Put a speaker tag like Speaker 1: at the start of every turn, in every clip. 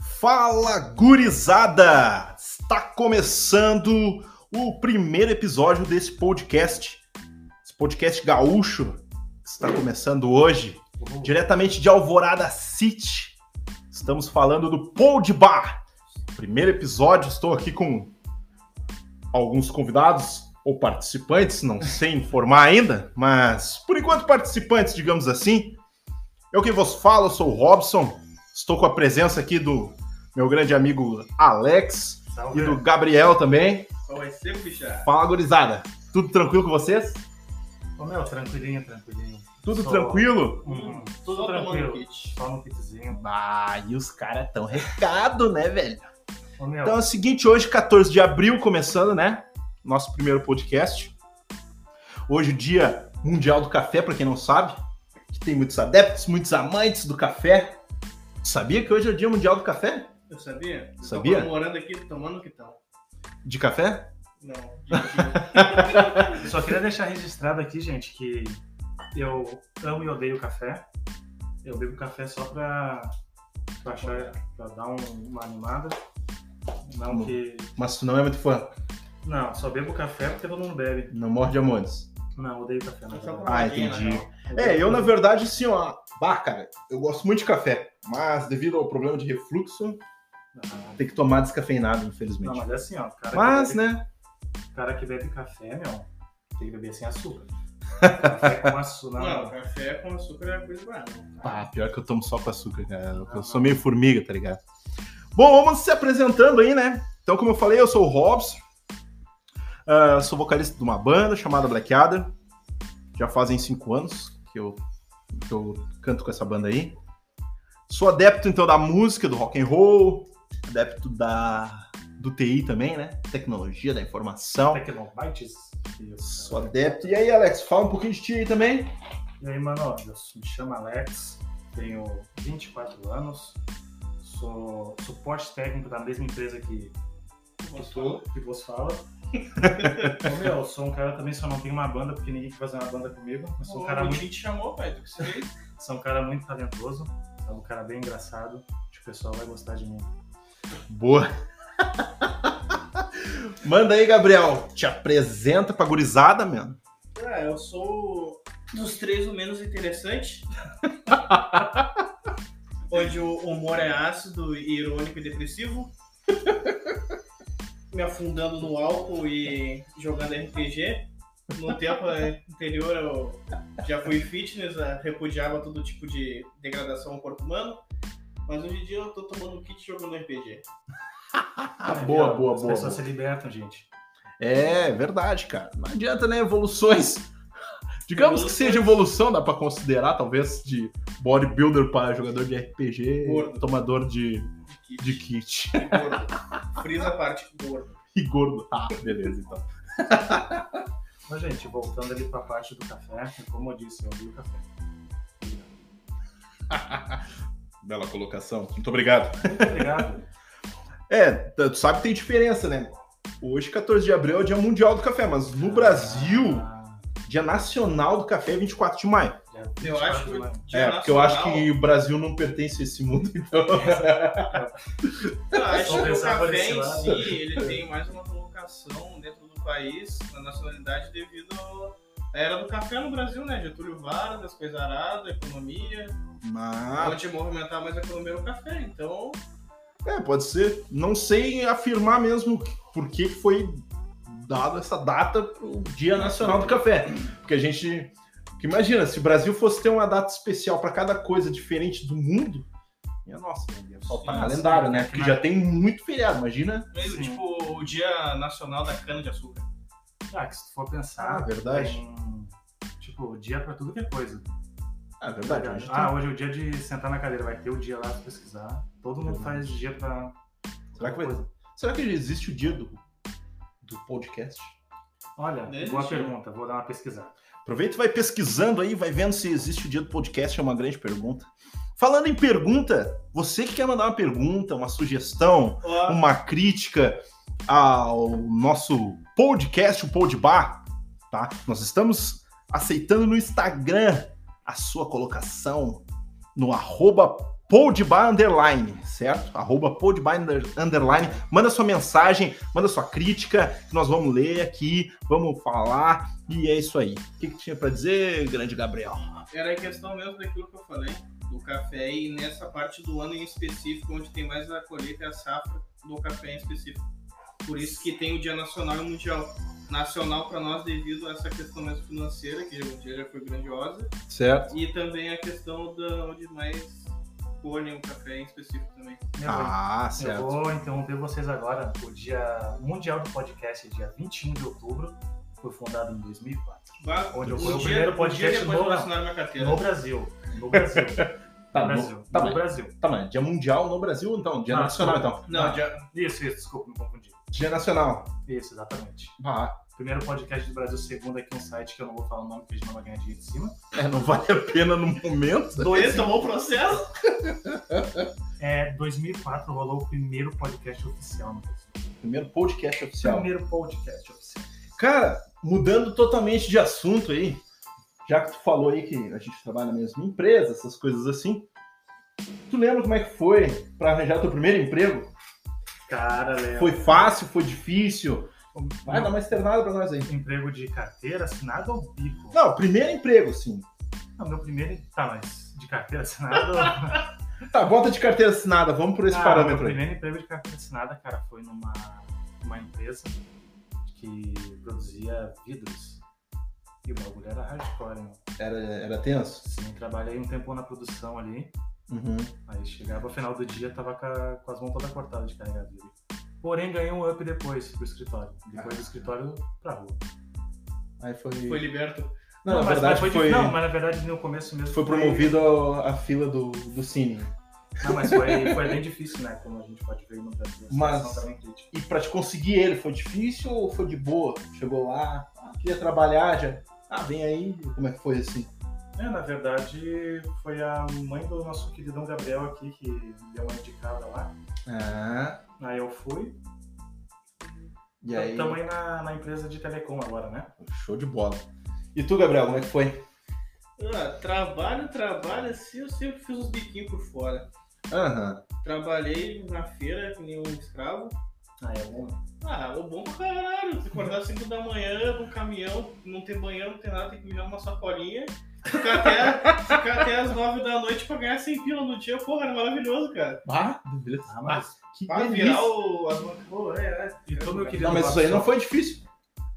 Speaker 1: Fala gurizada! Está começando o primeiro episódio desse podcast. Esse podcast gaúcho que está começando hoje, diretamente de Alvorada City. Estamos falando do Pod Bar. Primeiro episódio, estou aqui com alguns convidados ou participantes, não sei informar ainda, mas por enquanto participantes, digamos assim. Eu que vos falo, eu sou o Robson. Estou com a presença aqui do meu grande amigo Alex
Speaker 2: Salve.
Speaker 1: e do Gabriel também.
Speaker 2: Qual vai ser, bicha?
Speaker 1: Fala, gurizada. Tudo tranquilo com vocês?
Speaker 3: Ô meu, tranquilinho, tranquilinho.
Speaker 1: Tudo
Speaker 3: Só-
Speaker 1: tranquilo?
Speaker 3: Uhum, tudo tranquilo. Só no kitzinho.
Speaker 1: Ah, e os caras tão recado, né, velho?
Speaker 3: Ô meu,
Speaker 1: Então é o seguinte, hoje, 14 de abril, começando, né? Nosso primeiro podcast. Hoje, dia mundial do café, pra quem não sabe. Que tem muitos adeptos, muitos amantes do café. Sabia que hoje é o dia mundial do café?
Speaker 2: Eu sabia? Eu
Speaker 1: Sabia?
Speaker 2: Tô comemorando aqui, tomando que tal.
Speaker 1: De café?
Speaker 2: Não, gente,
Speaker 3: só queria deixar registrado aqui, gente, que eu amo e odeio café. Eu bebo café só pra baixar, pra dar um- uma animada. Não
Speaker 1: Bom.
Speaker 3: que.
Speaker 1: Mas tu não é muito fã.
Speaker 3: Não, só bebo café porque todo mundo bebe.
Speaker 1: Não morde amores.
Speaker 3: Não, odeio café, na
Speaker 2: só
Speaker 3: verdade.
Speaker 2: pra
Speaker 1: Ah,
Speaker 2: rodinha,
Speaker 1: entendi.
Speaker 2: na real.
Speaker 1: É, eu na verdade, assim, ó. Bah, cara, eu gosto muito de café. Mas devido ao problema de refluxo,
Speaker 3: Não,
Speaker 1: tem que tomar descafeinado,
Speaker 3: Não,
Speaker 1: infelizmente.
Speaker 3: mas é assim, ó. o Cara
Speaker 1: mas,
Speaker 3: que bebe,
Speaker 1: né?
Speaker 3: O cara que bebe café, meu, tem que beber sem açúcar. café com açúcar.
Speaker 2: Não,
Speaker 3: Não,
Speaker 2: café com açúcar é coisa barata.
Speaker 1: Ah, pior que eu tomo só com açúcar, cara. Eu sou meio formiga, tá ligado? Bom, vamos se apresentando aí, né? Então, como eu falei, eu sou o Robson. Ah, sou vocalista de uma banda chamada Blackada. Já fazem cinco anos que eu, que eu canto com essa banda aí. Sou adepto, então, da música, do rock and roll. Adepto da, do TI também, né? Tecnologia da informação.
Speaker 3: Tecnobytes. Isso.
Speaker 1: Sou adepto. E aí, Alex, fala um pouquinho de ti aí também.
Speaker 3: E aí, mano, eu sou- me chamo Alex, tenho 24 anos, sou suporte técnico da mesma empresa que,
Speaker 2: Gostou?
Speaker 3: que vos fala. Ô, meu, eu sou um cara também, só não tenho uma banda, porque ninguém quer fazer uma banda comigo. Mas sou um
Speaker 2: O
Speaker 3: cara muito,
Speaker 2: Guri te chamou, pai. Tu que se fez?
Speaker 3: sou um cara muito talentoso, sou um cara bem engraçado, acho que o pessoal vai gostar de mim.
Speaker 1: Boa. Manda aí, Gabriel. Te apresenta pra gurizada, mano.
Speaker 2: Ah, eu sou dos três o menos interessante. onde o humor é ácido, irônico e depressivo. Me afundando no álcool e jogando RPG. No tempo anterior eu já fui fitness, eh, repudiava todo tipo de degradação ao corpo humano. Mas hoje em dia eu tô tomando kit jogando RPG.
Speaker 1: Ah,
Speaker 3: Aí,
Speaker 1: boa,
Speaker 3: ó,
Speaker 1: boa,
Speaker 3: As
Speaker 1: boa.
Speaker 3: pessoas
Speaker 1: boa.
Speaker 3: se libertam, gente.
Speaker 1: É verdade, cara. Não adianta, né? Evoluções. Digamos que seja evolução, dá pra considerar, talvez, de bodybuilder pra jogador de RPG,
Speaker 2: Gordo.
Speaker 1: tomador de, de
Speaker 2: De kit.
Speaker 1: kit
Speaker 2: E gordo. Frisa a parte gordo.
Speaker 1: e gordo. Ah, beleza, então.
Speaker 3: Mas, gente, voltando ali pra parte do café, como eu disse, eu vi o café.
Speaker 1: Bela colocação. Muito obrigado.
Speaker 3: Muito obrigado.
Speaker 1: É, t- tu sabe que tem diferença, né? Hoje, 14 de abril, é o Dia Mundial do Café, mas no Brasil,
Speaker 3: Ah,
Speaker 1: Dia Nacional do Café é 24 de maio.
Speaker 3: já
Speaker 2: Eu acho que. o Dia
Speaker 1: é, porque eu acho
Speaker 2: Nacional-
Speaker 1: que o Brasil não pertence a esse mundo, então.
Speaker 2: Eu acho
Speaker 3: Vamos
Speaker 2: que o
Speaker 3: pensar por
Speaker 2: café
Speaker 3: esse
Speaker 2: em
Speaker 3: lado.
Speaker 2: si, ele tem mais uma colocação dentro do país, na nacionalidade, devido à era do café no Brasil, né? Getúlio Vargas, coisa arada, economia.
Speaker 1: Mas.
Speaker 2: Onde movimentar mais a economia era o café, então...
Speaker 1: É, pode ser. Não sei afirmar mesmo que- por que que foi dado essa data pro Dia Nacional do Café. Porque a gente. Porque imagina, se o Brasil fosse ter uma data especial para cada coisa diferente do mundo. Minha nossa, né, ia faltar
Speaker 3: Sim, É
Speaker 1: calendário,
Speaker 3: sim.
Speaker 1: né? Porque já tem muito feriado, imagina.
Speaker 2: Mesmo,
Speaker 3: Sim.
Speaker 2: tipo, o Dia Nacional da Cana-de-Açúcar.
Speaker 3: Ah, que se tu for
Speaker 1: Ah,
Speaker 3: pensar,
Speaker 1: verdade.
Speaker 3: tem, tipo, dia pra tudo que é coisa.
Speaker 1: Ah, verdade. hoje
Speaker 3: ah, hoje é o dia de sentar na cadeira, vai ter o dia lá pra pesquisar. Todo mundo
Speaker 1: Verdade.
Speaker 3: faz dia pra.
Speaker 1: tem. Será que vai- Será que existe o dia do, do podcast?
Speaker 3: Olha,
Speaker 2: Desse
Speaker 3: boa
Speaker 2: dia.
Speaker 3: pergunta, vou dar uma pesquisada.
Speaker 1: Aproveita e vai pesquisando aí, vai vendo se existe o dia do podcast, é uma grande pergunta. Falando em pergunta, você que quer mandar uma pergunta, uma sugestão,
Speaker 2: Ó,
Speaker 1: uma crítica ao nosso podcast, o Podbar, tá? Nós estamos aceitando no Instagram a sua colocação no arroba Podby Underline, certo? Arroba Podby under- Underline. Manda sua mensagem, manda sua crítica, que nós vamos ler aqui, vamos falar, e é isso aí. O que, que tinha pra dizer, grande Gabriel?
Speaker 2: Era a questão mesmo daquilo que eu falei, do café e nessa parte do ano em específico, onde tem mais a colheita e a safra do café em específico. Por isso que tem o Dia Nacional e o Mundial. Nacional para nós devido a essa questão mais financeira, que o dia já foi grandiosa,
Speaker 1: Certo.
Speaker 2: e também a questão da onde mais colhem o café em específico também.
Speaker 3: Meu bem,
Speaker 1: Ah,
Speaker 3: Eu
Speaker 1: certo.
Speaker 3: vou interromper vocês agora. O Dia Mundial do Podcast é dia 21 de outubro. Foi fundado em 2004.
Speaker 2: Bah,
Speaker 3: Onde eu
Speaker 2: um
Speaker 3: fui o
Speaker 2: dia-
Speaker 3: primeiro
Speaker 2: um
Speaker 3: podcast
Speaker 2: dia depois
Speaker 3: no-
Speaker 2: que é? assinaram minha carteira.
Speaker 3: No Brasil. No Brasil.
Speaker 1: Tá,
Speaker 3: no
Speaker 1: no,
Speaker 3: Brasil.
Speaker 1: tá,
Speaker 3: no
Speaker 1: bem.
Speaker 3: Brasil.
Speaker 1: tá bem. Dia Mundial no Brasil, então. Dia
Speaker 3: Ah,
Speaker 1: Nacional,
Speaker 3: tá.
Speaker 1: então.
Speaker 2: Não, dia,
Speaker 3: Isso, isso. Desculpa, me confundi.
Speaker 1: Dia Nacional.
Speaker 3: Isso, exatamente.
Speaker 1: Ah,
Speaker 3: Primeiro podcast do Brasil, segundo aqui um site que eu não vou falar o nome, que a gente não vai ganhar dinheiro em cima.
Speaker 1: é, não vale a pena no momento.
Speaker 2: ele tomou o processo?
Speaker 3: É, 2004 rolou o primeiro podcast oficial no Brasil.
Speaker 1: Primeiro podcast oficial.
Speaker 3: Primeiro podcast oficial.
Speaker 1: Cara, mudando totalmente de assunto aí, já que tu falou aí que a gente trabalha na mesma empresa, essas coisas assim, tu lembra como é que foi pra arranjar teu primeiro emprego?
Speaker 3: Cara, Léo.
Speaker 1: Foi fácil, foi difícil? Vai dar
Speaker 3: Não,
Speaker 1: uma externada pra nós aí.
Speaker 3: um Emprego de carteira assinado ao bico.
Speaker 1: Não, primeiro emprego, sim.
Speaker 3: Não, meu primeiro. Tá, mas de carteira assinada.
Speaker 1: Tá, bota de carteira assinada, vamos por esse
Speaker 3: Cara, meu
Speaker 1: parâmetro aí.
Speaker 3: Ah, primeiro emprego de carteira assinada, cara, foi numa uma empresa que produzia vidros. E o bagulho era hardcore, né?
Speaker 1: Era, era tenso?
Speaker 3: Assim, trabalhei um tempo na produção ali,
Speaker 1: Uhum.
Speaker 3: aí chegava ao final do dia, tava com, a- com as mãos todas cortadas de carregar vidro. Porém, ganhei um up depois pro escritório. Depois do escritório, pra rua.
Speaker 1: Aí foi.
Speaker 2: Foi liberto.
Speaker 1: Não, na
Speaker 3: mas, mas
Speaker 1: verdade
Speaker 3: foi,
Speaker 1: foi.
Speaker 3: de- Não, mas na verdade no começo mesmo.
Speaker 1: Foi promovido a, a fila do, do cine.
Speaker 3: Não, mas foi, foi bem difícil, né? Como a gente pode ver no Brasil. a
Speaker 1: Mas-
Speaker 3: situação tá bem crítica.
Speaker 1: E pra te conseguir ele, foi difícil ou foi de boa? Chegou lá, ah, queria trabalhar já. Ah, vem aí. Como é que foi assim?
Speaker 3: É, na verdade, foi a mãe do nosso queridão Gabriel aqui que deu uma indicada lá.
Speaker 1: Ah,
Speaker 3: Aí eu fui.
Speaker 1: e aí.
Speaker 3: Estamos Então, aí na, na empresa de telecom agora, né?
Speaker 1: Show de bola. E tu, Gabriel, como é que foi?
Speaker 2: Ah, trabalho, trabalho, assim eu sempre fiz uns biquinhos por fora.
Speaker 1: Aham.
Speaker 2: Trabalhei na feira que nem um escravo.
Speaker 3: Ah, é bom. né?
Speaker 2: Ah, o bom pra caralho, se acordar às 5 da manhã no caminhão, não tem banheiro, não tem nada, tem que mijar uma sacolinha. Ficar até, ficar até as 9 da noite pra ganhar 100 pila no dia, porra, era maravilhoso, cara.
Speaker 1: Ah, beleza.
Speaker 3: Ah, mas...
Speaker 1: Que
Speaker 2: Pra
Speaker 1: delícia.
Speaker 2: virar o, as bancas. Pô, é, é.
Speaker 3: E tu, meu querido
Speaker 1: Não, mas isso aí não foi difícil.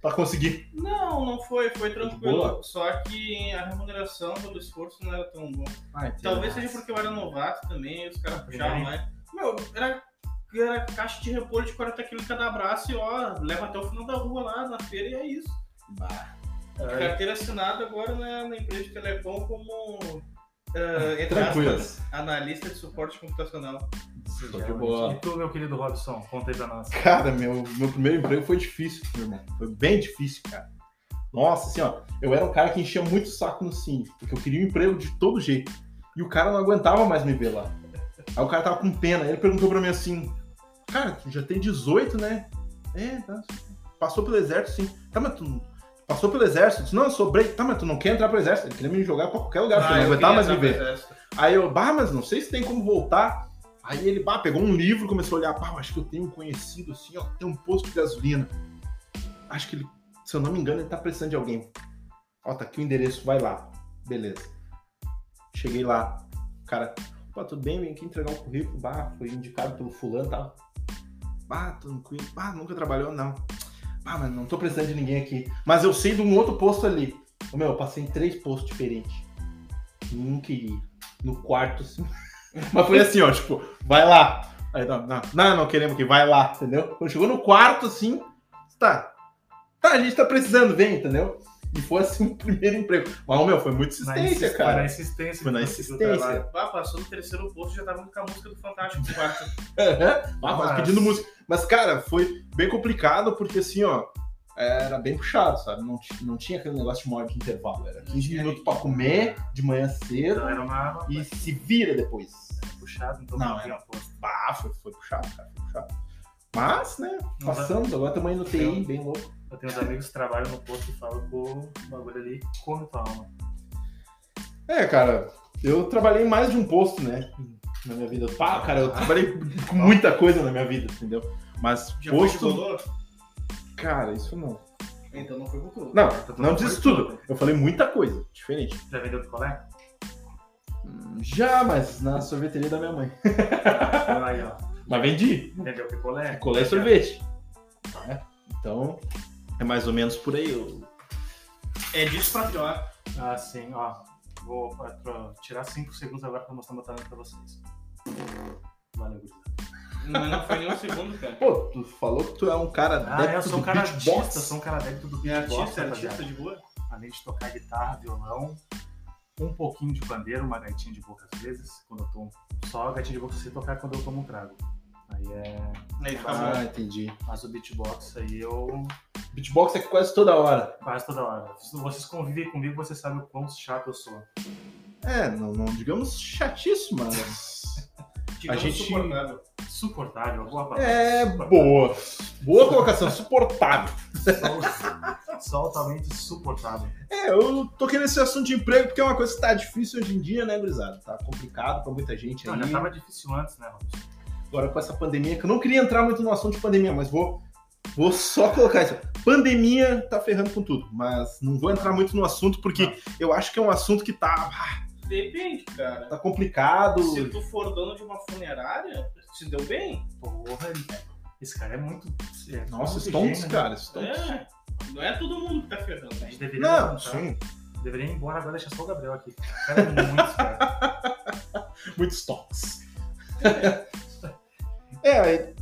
Speaker 1: Pra conseguir.
Speaker 2: Não, não foi, foi tranquilo.
Speaker 1: Boa.
Speaker 2: Só que a remuneração pelo esforço não era tão bom.
Speaker 1: Ah, entendi.
Speaker 2: Talvez seja porque eu era novato também, os caras puxavam
Speaker 3: É.
Speaker 2: mais. Meu, era, era caixa de repolho de 40 quilos cada braço e ó, leva até o final da rua lá na feira e é isso.
Speaker 1: Bah.
Speaker 3: Ai,
Speaker 2: Carteira assinada agora na, na empresa de telecom como
Speaker 1: Ah,
Speaker 2: eh, entre aspas,
Speaker 1: Tranquilas.
Speaker 2: analista de suporte computacional.
Speaker 1: Show de
Speaker 3: realmente.
Speaker 1: bola.
Speaker 3: E tu, meu querido Robson, conta aí pra nós.
Speaker 1: Cara, meu, meu primeiro emprego foi difícil, meu irmão. Foi bem difícil, cara. Nossa, assim, ó, eu era um cara que enchia muito o saco no Cine, porque eu queria um emprego de todo jeito. E o cara não aguentava mais me ver lá. Aí o cara tava com pena, aí ele perguntou pra mim assim: Cara, tu já tem 18, né? É, tá. Passou pelo exército, sim. Tá, mas tu. Passou pelo exército? Eu disse, não, eu sobrei. Tá, mas tu não quer entrar pro exército? Ele queria me jogar pra qualquer
Speaker 2: Ah,
Speaker 1: lugar, porque ele Tá, não aguentava mais me ver. Aí eu, bah, mas não sei se tem como voltar. Aí ele, bah, pegou um livro, começou a olhar, pá, eu acho que eu tenho um conhecido assim, ó, tem um posto de gasolina. Acho que ele, se eu não me engano, ele tá precisando de alguém. Ó, tá aqui o endereço, vai lá. Beleza. Cheguei lá, cara, pô, tudo bem, vim aqui entregar um currículo, bah, foi indicado pelo fulano e tal. Bah, tranquilo, bah, nunca trabalhou, não. Bah, mas não tô precisando de ninguém aqui. Mas eu sei de um outro posto ali. Ô, meu, eu passei em três postos diferentes. Nenhum queria no quarto, assim. Mas foi assim, ó, tipo, vai lá. Aí, não, não, não, não queremos que vai lá, entendeu? Quando chegou no quarto, assim, tá. Tá, a gente tá precisando, vem, entendeu? E foi assim o primeiro emprego. Mas, ô, meu, foi muita
Speaker 3: Na
Speaker 1: insistência,
Speaker 3: insist-
Speaker 1: cara.
Speaker 3: Na insistência.
Speaker 1: Foi na
Speaker 3: que tu conseguiu
Speaker 1: insistência.
Speaker 3: trabalho.
Speaker 2: Bah, passou no terceiro posto e já tava com a música do Fantástico no quarto.
Speaker 1: Aham. Ah, mas
Speaker 3: Mas-
Speaker 1: pedindo música. Mas, cara, foi bem complicado, porque assim, ó, era bem puxado, sabe? Não, ti- não tinha aquele negócio de uma hora de intervalo. Era 15 minutos pra comer de manhã cedo
Speaker 3: Então era uma
Speaker 1: e se vira depois.
Speaker 3: puxada, então
Speaker 1: Não, é.
Speaker 3: não tinha posto.
Speaker 1: Bah, foi, foi puxado, cara, foi puxado. Mas, né,
Speaker 3: Não dá-
Speaker 1: passamos, agora estamos aí no TI, bem louco.
Speaker 3: Eu tenho uns amigos que trabalham no posto e falam, pô, o bagulho ali come tua alma.
Speaker 1: É, cara, eu trabalhei em mais de um posto, né? na minha vida. Pá, cara, eu trabalhei com muita coisa na minha vida, entendeu? Mas
Speaker 2: Já foi
Speaker 1: posto.
Speaker 2: gigolô?
Speaker 1: Cara, isso não.
Speaker 2: Então não foi gigolô.
Speaker 1: Não,
Speaker 3: tu
Speaker 1: não
Speaker 3: não
Speaker 1: disse
Speaker 3: foi
Speaker 1: tudo. Eu falei muita coisa, diferente.
Speaker 3: Já vendeu picolé?
Speaker 1: Já, mas na sorveteria da minha mãe.
Speaker 3: Olha aí, ó.
Speaker 1: Mas vendi.
Speaker 3: Vendeu picolé?
Speaker 1: Picolé e sorvete. né? É. Então, é mais ou menos por aí. Eu...
Speaker 2: É despatriar.
Speaker 3: Ah, sim, ó. Vou pra- pra tirar 5 segundos agora pra mostrar meu talento pra vocês. Valeu, gurizada.
Speaker 2: Mas não foi nem um segundo, cara.
Speaker 1: Pô, tu falou que tu é um cara
Speaker 3: Ah, eu sou um
Speaker 1: do
Speaker 3: cara
Speaker 1: beatbox.
Speaker 3: artista, sou um cara adepto do
Speaker 2: É
Speaker 3: beatbox,
Speaker 2: artista,
Speaker 3: rapaziada.
Speaker 2: artista de boa.
Speaker 3: Além de tocar guitarra, violão, um pouquinho de pandeiro, uma gaitinha de boca às vezes, quando eu tomo. Só a gaitinha de boca se tocar quando eu tomo um trago. Aí é...
Speaker 2: Aí fica
Speaker 1: Ah,
Speaker 2: bom.
Speaker 1: entendi.
Speaker 3: Mas o beatbox aí eu
Speaker 1: Beatbox é quase toda hora.
Speaker 3: quase toda hora. Se vocês convivem comigo, vocês sabem o quão chato eu sou.
Speaker 1: É, não, não digamos chatíssimo, mas.
Speaker 2: Digamos
Speaker 1: gente-
Speaker 2: suportável.
Speaker 3: Suportável, boa palavra.
Speaker 1: É
Speaker 3: Suportável.
Speaker 1: boa. Boa colocação, suportável.
Speaker 3: Sou- Sou altamente suportável.
Speaker 1: É, eu tô querendo esse assunto de emprego porque é uma coisa que tá difícil hoje em dia, né, gurizada? Tá complicado pra muita gente
Speaker 3: Não,
Speaker 1: aí.
Speaker 3: já tá tava difícil antes, né, Robson?
Speaker 1: Agora com essa pandemia, que eu não queria entrar muito no assunto de pandemia, mas vou, vou só colocar isso. Pandemia tá ferrando com tudo, mas não vou entrar muito no assunto porque
Speaker 3: Não.
Speaker 1: eu acho que é um assunto que tá,
Speaker 2: Depende, cara.
Speaker 1: tá complicado.
Speaker 2: Se tu for dono de uma funerária, se deu bem.
Speaker 3: Porra, ele- esse cara é muito. é
Speaker 1: Nossa,
Speaker 3: muito
Speaker 1: Stonks,
Speaker 3: gênio, né?
Speaker 1: cara, Stonks.
Speaker 2: É. Não é todo mundo que tá ferrando.
Speaker 3: A gente deveria.
Speaker 1: Não,
Speaker 3: levantar.
Speaker 1: sim,
Speaker 3: Deveria ir embora agora deixar só o Gabriel aqui. O cara é muito esperto.
Speaker 1: muito Stonks. é, aí,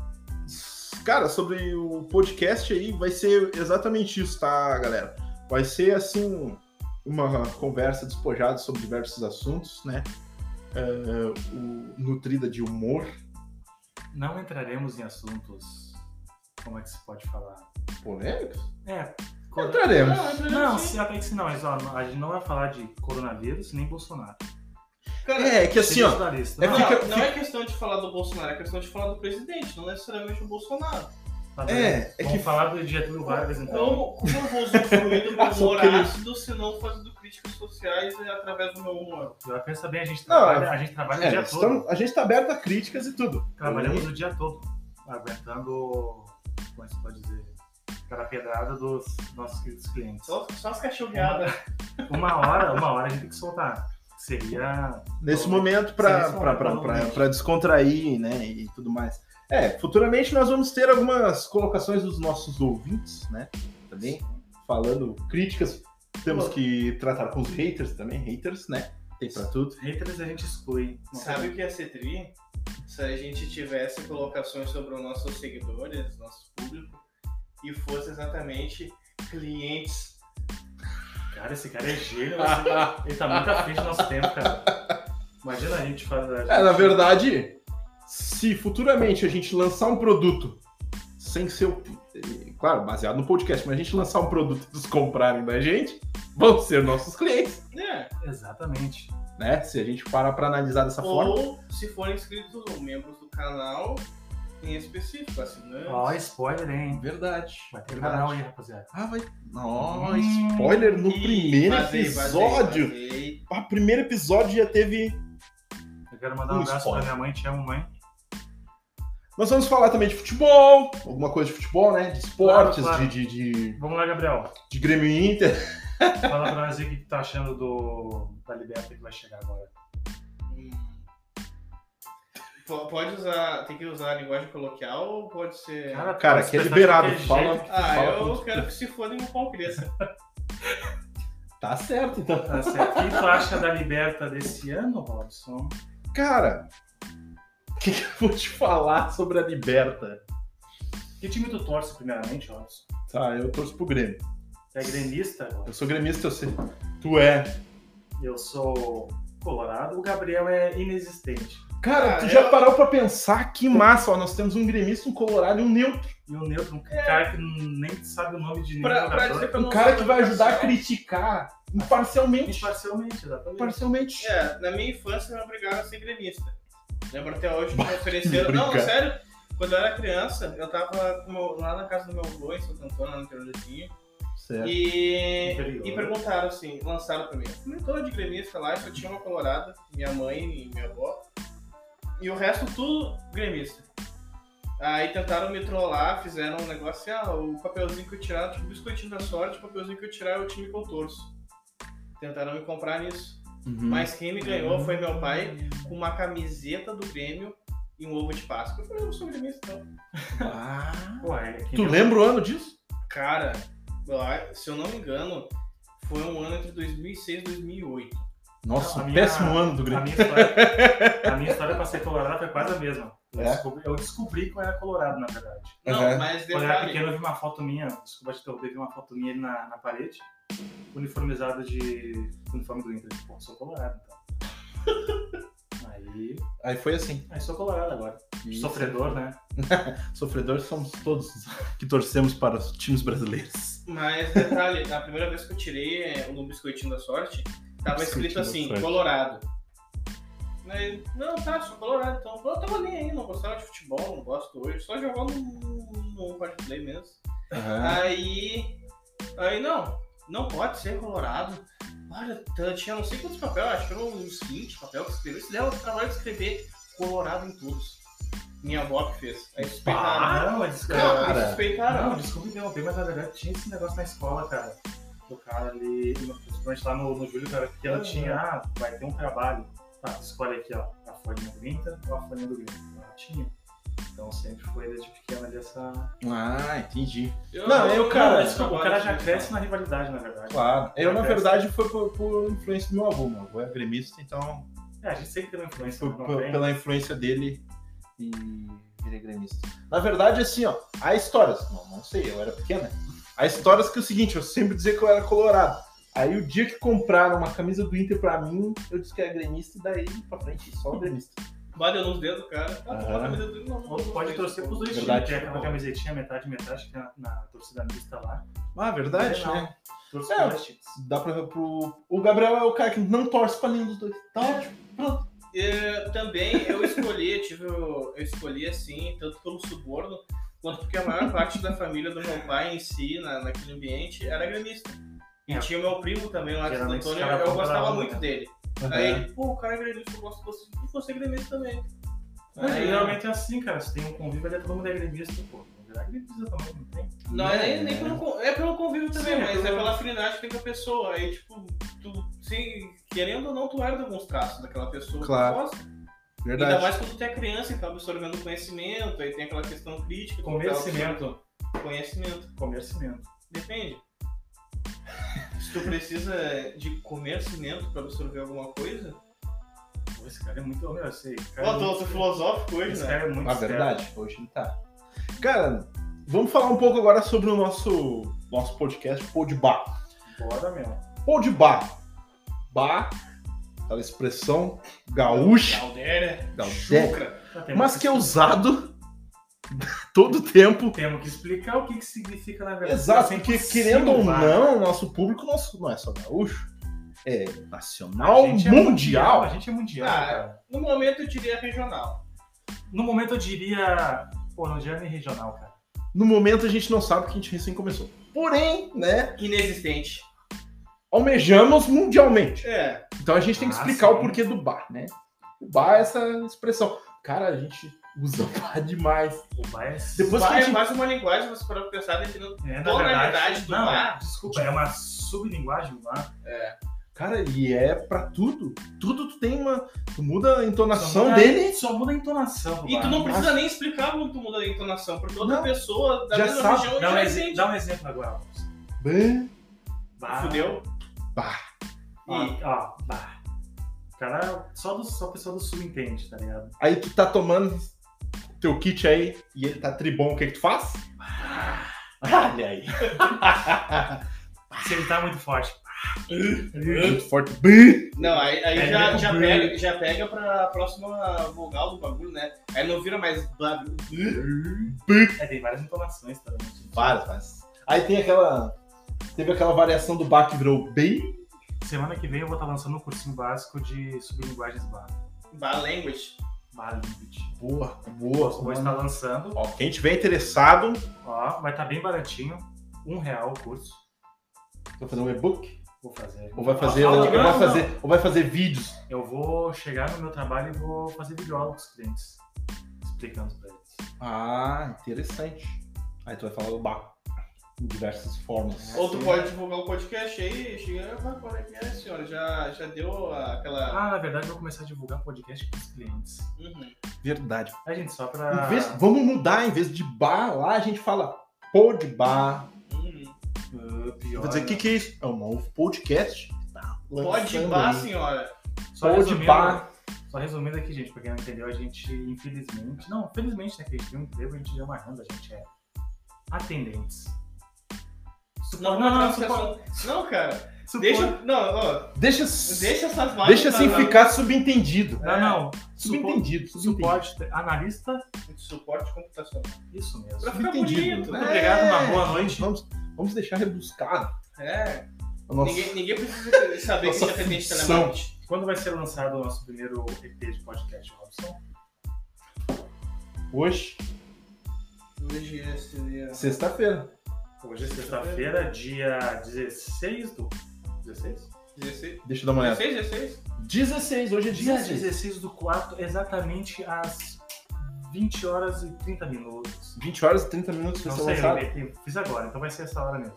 Speaker 1: cara, sobre o podcast aí, vai ser exatamente isso, tá, galera? Vai ser, assim, uma conversa despojada sobre diversos assuntos, né? É, o- nutrida de humor,
Speaker 3: Não entraremos em assuntos. Como é que se pode falar?
Speaker 1: polêmicos.
Speaker 3: É. quando-
Speaker 1: Entraremos.
Speaker 2: é
Speaker 3: Não, se- até que se não, mas ó, a gente não vai falar de coronavírus nem Bolsonaro.
Speaker 2: Cara,
Speaker 1: É, que assim,
Speaker 3: Seria
Speaker 1: ó,
Speaker 3: isso da lista.
Speaker 1: é
Speaker 3: Não,
Speaker 2: não,
Speaker 1: fica-
Speaker 2: não é questão de falar do Bolsonaro, é questão de falar do presidente, não necessariamente o Bolsonaro.
Speaker 3: tá bem.
Speaker 1: é, é
Speaker 3: Vamos
Speaker 1: que
Speaker 3: falar do Getúlio Vargas, então.
Speaker 2: Como, como eu vou usufruir do meu
Speaker 1: Só
Speaker 2: humor
Speaker 1: queria-
Speaker 2: ácido se não fazendo críticas sociais é através do meu humor?
Speaker 3: Eu pensa bem, a gente
Speaker 1: Não,
Speaker 3: trabalha, a gente trabalha o
Speaker 1: é,
Speaker 3: dia todo.
Speaker 1: estamos- a gente tá aberto a críticas e tudo.
Speaker 3: Trabalhamos o dia todo. Aguentando, como é que se pode dizer? Cara pedrada dos nossos queridos clientes.
Speaker 1: Então-
Speaker 2: Só, só as cachorreadas.
Speaker 3: Uma hora, uma hora a gente tem que soltar. Seria.
Speaker 1: nesse
Speaker 3: Sim,
Speaker 1: momento
Speaker 3: sim, provavelmente.
Speaker 1: para descontrair, né, e tudo mais. É, futuramente nós vamos ter algumas colocações dos nossos ouvintes, né, também, falando críticas. Temos que tratar com os haters também, haters, né, tem pra tudo.
Speaker 3: Haters a gente exclui.
Speaker 2: Sabe o que ia ser tri? Se a gente tivesse colocações sobre os nossos seguidores, nosso público, e fosse exatamente clientes.
Speaker 3: Cara, esse cara é gênio, mas ele tá muito à frente do nosso tempo, cara. Imagina a gente fazer.
Speaker 1: É, na verdade, se futuramente a gente lançar um produto sem ser, o- eh, claro, baseado no podcast, mas a gente lançar um produto e eles comprarem da gente, vão ser nossos clientes,
Speaker 2: É.
Speaker 3: Exatamente.
Speaker 1: né? Se a gente parar pra analisar dessa forma.
Speaker 2: Ou se forem inscritos ou membros do canal em específico, assinantes.
Speaker 3: Ó,
Speaker 1: Ah,
Speaker 3: spoiler, hein?
Speaker 1: Verdade.
Speaker 3: Vai ter
Speaker 1: Verdade.
Speaker 3: canal aí, rapaziada.
Speaker 1: Ah, vai. Nossa,
Speaker 3: Hum.
Speaker 1: spoiler é no
Speaker 2: Ih,
Speaker 1: primeiro
Speaker 2: vazei,
Speaker 1: episódio.
Speaker 2: vazei, vazei.
Speaker 1: Ah, primeiro episódio já teve.
Speaker 3: Eu quero mandar
Speaker 1: Um
Speaker 3: um abraço pra
Speaker 1: spoiler.
Speaker 3: minha mãe, te amo, mãe.
Speaker 1: Nós vamos falar também de futebol, alguma coisa de futebol, né? De esportes,
Speaker 3: Claro, claro.
Speaker 1: De, de, de,
Speaker 3: Vamos lá, Gabriel.
Speaker 1: de Grêmio e Inter.
Speaker 3: Fala pra nós aí o que tu tá achando do, da liberta que vai chegar agora.
Speaker 2: Hum. Po- Pode usar, tem que usar a linguagem coloquial ou pode ser.
Speaker 1: Cara,
Speaker 3: pode
Speaker 1: aqui é
Speaker 3: pensar
Speaker 1: liberado.
Speaker 3: de qualquer
Speaker 1: Fala,
Speaker 3: jeito.
Speaker 2: ah,
Speaker 1: fala
Speaker 2: eu
Speaker 1: com-
Speaker 2: quero que se fodem o pau cresça.
Speaker 1: Tá certo, então.
Speaker 3: Tá certo. O que tu acha da liberta desse ano, Robson?
Speaker 1: Cara, o que, que eu vou te falar sobre a Liberta?
Speaker 3: Que time tu torce, primeiramente, Robson?
Speaker 1: Tá, eu torço pro Grêmio.
Speaker 3: Tu é gremista agora?
Speaker 1: Eu sou gremista, eu sei. Tu é.
Speaker 3: Eu sou colorado, o Gabriel é inexistente.
Speaker 1: Cara,
Speaker 2: Ah,
Speaker 1: tu
Speaker 2: eu-
Speaker 1: já parou pra pensar? Que massa, ó. Nós temos um gremista, um colorado e um neutro.
Speaker 3: E o neutro, um cara que nem sabe o nome de nenhum
Speaker 2: Pra- pra
Speaker 3: jogador.
Speaker 2: dizer pra
Speaker 1: Um cara que vai ajudar a criticar imparcialmente.
Speaker 3: Imparcialmente, exatamente.
Speaker 1: Imparcialmente.
Speaker 2: É, na minha infância me obrigaram a ser gremista. Lembro até hoje que me ofereceram.
Speaker 1: Me
Speaker 2: Não,
Speaker 1: obrigaram.
Speaker 2: sério, quando eu era criança, eu tava com meu- lá na casa do meu avô, em Santo Antônio, no interiorzinho,
Speaker 1: Certo.
Speaker 2: e,
Speaker 3: Interior.
Speaker 2: É, e perguntaram assim, lançaram pra mim. Eu fui toda de gremista lá, e só tinha uma colorada, minha mãe e minha avó. E o resto tudo gremista. Aí tentaram me trollar, fizeram um negócio assim, ah, o papelzinho que eu tirar, tipo, biscoitinho da sorte, o papelzinho que eu tirar é o time que eu torço. Tentaram me comprar nisso.
Speaker 1: Uhum.
Speaker 2: Mas quem me ganhou foi meu pai, com uma camiseta do Grêmio e um ovo de Páscoa. Eu falei, eu sou gremista, então.
Speaker 1: Ah.
Speaker 3: Pô, é que
Speaker 1: Tu
Speaker 3: nem-
Speaker 1: lembra o ano disso?
Speaker 2: Cara, lá, se eu não me engano, foi um ano entre 2006 e 2008.
Speaker 1: Nossa,
Speaker 3: A
Speaker 1: um
Speaker 3: minha-
Speaker 1: péssimo ano do
Speaker 3: A
Speaker 1: Grêmio.
Speaker 3: minha história, a minha história pra ser colorado foi quase a mesma. Eu,
Speaker 1: É?
Speaker 3: descobri, eu descobri que eu era colorado, na verdade.
Speaker 2: Não,
Speaker 1: Aham.
Speaker 2: mas
Speaker 3: Quando eu era
Speaker 2: detalhe,
Speaker 3: pequeno, eu vi uma foto minha, desculpa te interromper, eu vi uma foto minha na, na parede, uniformizada de uniforme do Inter. Pô, sou colorado, então. aí,
Speaker 1: Aí foi assim.
Speaker 3: aí sou colorado agora.
Speaker 1: E-
Speaker 3: Sofredor, né?
Speaker 1: Sofredores somos todos que torcemos para os times brasileiros.
Speaker 2: mas detalhe, na primeira vez que eu tirei é, o biscoitinho da sorte, tava
Speaker 1: Biscoitinho
Speaker 2: escrito
Speaker 1: da
Speaker 2: assim,
Speaker 1: sorte.
Speaker 2: colorado. Aí, não, tá, sou colorado, então. Eu tava nem aí, não gostava de futebol, não gosto hoje, só jogava no, no Hard Play mesmo.
Speaker 1: Aham.
Speaker 2: Aí. Aí não, não pode ser colorado. Olha, t- tinha não sei quantos papéis, acho que eram uns 20 papel que escreveu. Isso deu o trabalho de escrever colorado em todos. Minha avó que fez. Aí suspeitaram.
Speaker 3: Ah, não, mas, é, cara,
Speaker 2: Não,
Speaker 1: cara.
Speaker 2: aí suspeitaram.
Speaker 3: não, desculpa interromper, mas na verdade tinha esse negócio na escola, cara. O cara ali, principalmente lá no, no Júlio, cara, que ela
Speaker 2: Uhum.
Speaker 3: tinha, ah, vai ter um trabalho. Tá, tu escolhe aqui, ó, a folhinha do Inter ou a folhinha do Grêmio. Ela tinha. Então sempre foi desde pequena ali essa,
Speaker 1: Ah, entendi.
Speaker 2: Eu,
Speaker 1: Não, eu, cara,
Speaker 2: esse
Speaker 3: Desculpa, o
Speaker 2: trabalho
Speaker 3: cara já
Speaker 2: de-
Speaker 3: cresce na rivalidade, na verdade.
Speaker 1: Claro. Eu, na
Speaker 3: Acontece.
Speaker 1: verdade, foi por, por influência do meu avô. Meu avô é gremista, então
Speaker 3: É, a gente sempre tem uma influência,
Speaker 1: foi
Speaker 3: não
Speaker 1: p-
Speaker 3: tem?
Speaker 1: pela influência dele e virei gremista. Na verdade, assim, ó, há histórias. Não, não sei, eu era pequena. Há histórias que é o seguinte, eu sempre dizia que eu era colorado. Aí o dia que compraram uma camisa do Inter pra mim, eu disse que era gremista e daí pra frente só gremista.
Speaker 2: Bateu nos dedos, cara. Ah,
Speaker 1: Aham.
Speaker 2: toma a camisa do- não,
Speaker 3: Ou tu pode torcer pros dois
Speaker 1: Verdade.
Speaker 3: times, que é aquela camisetinha metade, metade, que tem na, na torcida mista lá.
Speaker 1: Ah, verdade,
Speaker 3: Não.
Speaker 1: né?
Speaker 3: Torce
Speaker 1: É.
Speaker 3: pros dois times.
Speaker 1: Dá pra ver pro. O Gabriel é o cara que não torce pra nenhum dos dois. Tá ótimo.
Speaker 2: É, também eu escolhi, tive, o- eu escolhi assim, tanto pelo suborno, quanto porque a maior parte da família do meu pai em si, na, naquele ambiente, era gremista. E
Speaker 3: É.
Speaker 2: tinha o meu primo também lá de Santo
Speaker 3: Geralmente
Speaker 2: Antônio,
Speaker 3: esse cara
Speaker 2: eu
Speaker 3: aponta na
Speaker 2: gostava
Speaker 3: onda,
Speaker 2: muito
Speaker 3: né?
Speaker 2: dele.
Speaker 1: Tá
Speaker 2: Aí ele, pô, o cara é gremista, eu gosto de você, e você é gremista também.
Speaker 3: Mas
Speaker 2: Aí,
Speaker 3: geralmente é assim, cara. Se tem um convívio ali, todo mundo é gremista, pô. Virar gremista também, né? não tem?
Speaker 2: Não, é, nem, nem pelo, con- é pelo convívio também,
Speaker 3: Sim, é
Speaker 2: mas é
Speaker 3: pelo-
Speaker 2: pela afinidade que tem com a pessoa. Aí, tipo, tu, sim, querendo ou não, tu herda alguns traços daquela pessoa. que tu
Speaker 1: Claro.
Speaker 2: gosta. Ainda mais quando tu é criança e tá absorvendo conhecimento, aí tem aquela questão crítica.
Speaker 1: Então,
Speaker 2: tu tá
Speaker 3: Convencimento.
Speaker 2: absorvendo Conhecimento.
Speaker 3: Comer cimento.
Speaker 2: Depende. Se tu precisa de comer cimento pra absorver alguma coisa.
Speaker 3: Pô, esse cara é muito. Meu, esse cara.
Speaker 2: Ó,
Speaker 3: é
Speaker 2: tô,
Speaker 3: muito-
Speaker 2: tô filosófico hoje,
Speaker 3: Esse
Speaker 2: né?
Speaker 3: cara é muito
Speaker 1: Na
Speaker 3: esperto.
Speaker 1: Ah, verdade, hoje ele tá. Cara, vamos falar um pouco agora sobre o nosso, nosso podcast Podbar.
Speaker 3: Bora mesmo.
Speaker 1: Podbar. Bar, aquela expressão gaúcha,
Speaker 2: Caldeira.
Speaker 1: gaúcha
Speaker 2: Chucra.
Speaker 3: Já temos
Speaker 1: mas que é usado todo tempo.
Speaker 3: Temos que explicar o que, que significa, na verdade.
Speaker 1: Exato,
Speaker 3: Assim,
Speaker 1: porque
Speaker 3: sim,
Speaker 1: querendo ou
Speaker 3: vá.
Speaker 1: não, o nosso público nosso não é só gaúcho, é
Speaker 3: A
Speaker 1: nacional,
Speaker 3: gente é
Speaker 1: mundial.
Speaker 3: A gente é mundial,
Speaker 2: Ah,
Speaker 3: cara.
Speaker 2: No momento eu diria regional.
Speaker 3: No momento eu diria. Pô, não diria nem regional, cara.
Speaker 1: No momento a gente não sabe que a gente recém começou. Porém, né,
Speaker 2: Inexistente.
Speaker 1: almejamos mundialmente.
Speaker 2: É.
Speaker 1: Então a gente tem que
Speaker 3: Ah,
Speaker 1: explicar
Speaker 3: sim.
Speaker 1: o porquê do bar, né? O bar é essa expressão. Cara, a gente usa bar demais.
Speaker 3: O bar é.
Speaker 1: Depois que a
Speaker 2: Vai, é
Speaker 1: gente.
Speaker 2: mais uma linguagem, você para pensar definindo.
Speaker 3: É,
Speaker 2: tonalidade do
Speaker 3: não,
Speaker 2: bar.
Speaker 3: Desculpa, é uma sublinguagem do bar.
Speaker 1: Cara, e é pra tudo. Tudo tu tem uma. Tu muda a entonação
Speaker 3: muda-
Speaker 1: dele.
Speaker 3: Só muda a entonação do
Speaker 2: E
Speaker 3: bar.
Speaker 2: tu não precisa nem explicar como tu muda a entonação, porque outra
Speaker 1: Não.
Speaker 2: pessoa da
Speaker 1: Já
Speaker 2: mesma
Speaker 1: sabe.
Speaker 2: região
Speaker 3: Dá um,
Speaker 2: já
Speaker 3: exe-
Speaker 2: entende.
Speaker 3: dá um exemplo agora. Alves.
Speaker 1: Bã, Ah.
Speaker 3: Bar.
Speaker 2: Fudeu.
Speaker 1: Bar.
Speaker 2: E-
Speaker 3: Ó,
Speaker 1: Ah.
Speaker 3: ó, bar. Cara, é só, do, só o pessoal do sul entende, tá ligado?
Speaker 1: Aí tu tá tomando teu kit aí e ele tá tribom, o que, que tu faz? Olha aí.
Speaker 3: Se ele tá muito forte.
Speaker 1: Muito forte. Bã.
Speaker 2: Não, aí, aí
Speaker 3: É,
Speaker 2: já,
Speaker 3: né?
Speaker 2: já, pega, já pega pra próxima vogal do bagulho, né? Aí não vira mais blá, blá,
Speaker 3: É, tem várias entonações também. gente.
Speaker 1: Várias, várias. Aí tem aquela. Teve aquela variação do bar que virou bem.
Speaker 3: Semana que vem eu vou estar lançando um cursinho básico de sublinguagens bar.
Speaker 2: blá language.
Speaker 3: Bar Limit.
Speaker 1: Boa, boa.
Speaker 3: Vou estar lançando. tá
Speaker 1: Ó, quem tiver interessado,
Speaker 3: Ó, vai estar bem baratinho. Um real o curso.
Speaker 1: vou fazer um e-book.
Speaker 3: Vou fazer.
Speaker 1: Ou vai fazer,
Speaker 2: Ah,
Speaker 1: ou,
Speaker 2: de graça,
Speaker 1: vai fazer, ou vai fazer vídeos.
Speaker 3: Eu vou chegar no meu trabalho e vou fazer videoaula com os clientes, explicando pra eles.
Speaker 1: Ah, interessante. Aí tu vai falar do bar em diversas formas.
Speaker 2: Ou tu pode divulgar o podcast aí, chega, vai para aqui, né, senhora, já, já deu aquela...
Speaker 3: Ah, na verdade, eu vou começar a divulgar podcast com os clientes.
Speaker 2: Uhum.
Speaker 1: Verdade.
Speaker 3: A gente, só
Speaker 1: Em
Speaker 3: pra.
Speaker 1: vez- vamos mudar, em vez de bar lá, a gente fala pod bar.
Speaker 2: Uhum.
Speaker 3: Ah, pior,
Speaker 1: Eu Vou dizer, o que, que é isso? É um novo podcast. Tá
Speaker 2: Pode ir
Speaker 1: lançando
Speaker 2: lá,
Speaker 1: aí.
Speaker 2: senhora.
Speaker 3: Só
Speaker 1: Pod
Speaker 3: resumindo,
Speaker 1: bar.
Speaker 3: só resumindo aqui, gente, pra quem não entendeu, a gente, infelizmente. Não, felizmente, né? Que a gente tem um emprego, a gente ganha uma renda, a gente é atendentes. Supo-
Speaker 2: Não, não, não, não, não cara.
Speaker 3: supo-
Speaker 2: Deixa, não, ó,
Speaker 1: Deixa,
Speaker 2: deixa essas marcas...
Speaker 1: deixa assim
Speaker 2: na-
Speaker 1: ficar subentendido.
Speaker 3: Não,
Speaker 2: É,
Speaker 3: não.
Speaker 1: Subentendido, subentendido.
Speaker 3: Suporte, analista,
Speaker 2: de Suporte computacional.
Speaker 3: isso mesmo.
Speaker 2: Pra ficar
Speaker 1: Subentendido.
Speaker 2: bonito.
Speaker 3: Muito obrigado, uma boa noite.
Speaker 1: Vamos, vamos deixar rebuscado.
Speaker 2: É,
Speaker 1: a nossa-
Speaker 2: ninguém, tá ninguém precisa saber que
Speaker 1: Nossa
Speaker 2: a gente atende
Speaker 1: função.
Speaker 2: telemarketing.
Speaker 3: Quando vai ser lançado o nosso primeiro EP de podcast, Robson?
Speaker 1: Hoje,
Speaker 2: Hoje é seria...
Speaker 1: sexta-feira.
Speaker 3: Hoje é sexta-feira, dia 16 do. 16?
Speaker 2: 16,
Speaker 1: Deixa eu dar uma olhada.
Speaker 2: 16, 16?
Speaker 1: 16, hoje é
Speaker 3: Dia
Speaker 1: 16.
Speaker 3: 16 do 4, exatamente às 20 horas e 30 minutos.
Speaker 1: 20 horas e 30 minutos vai
Speaker 3: Não
Speaker 1: ser
Speaker 3: sei,
Speaker 1: lançado.
Speaker 3: eu fiz agora, então vai ser essa hora mesmo.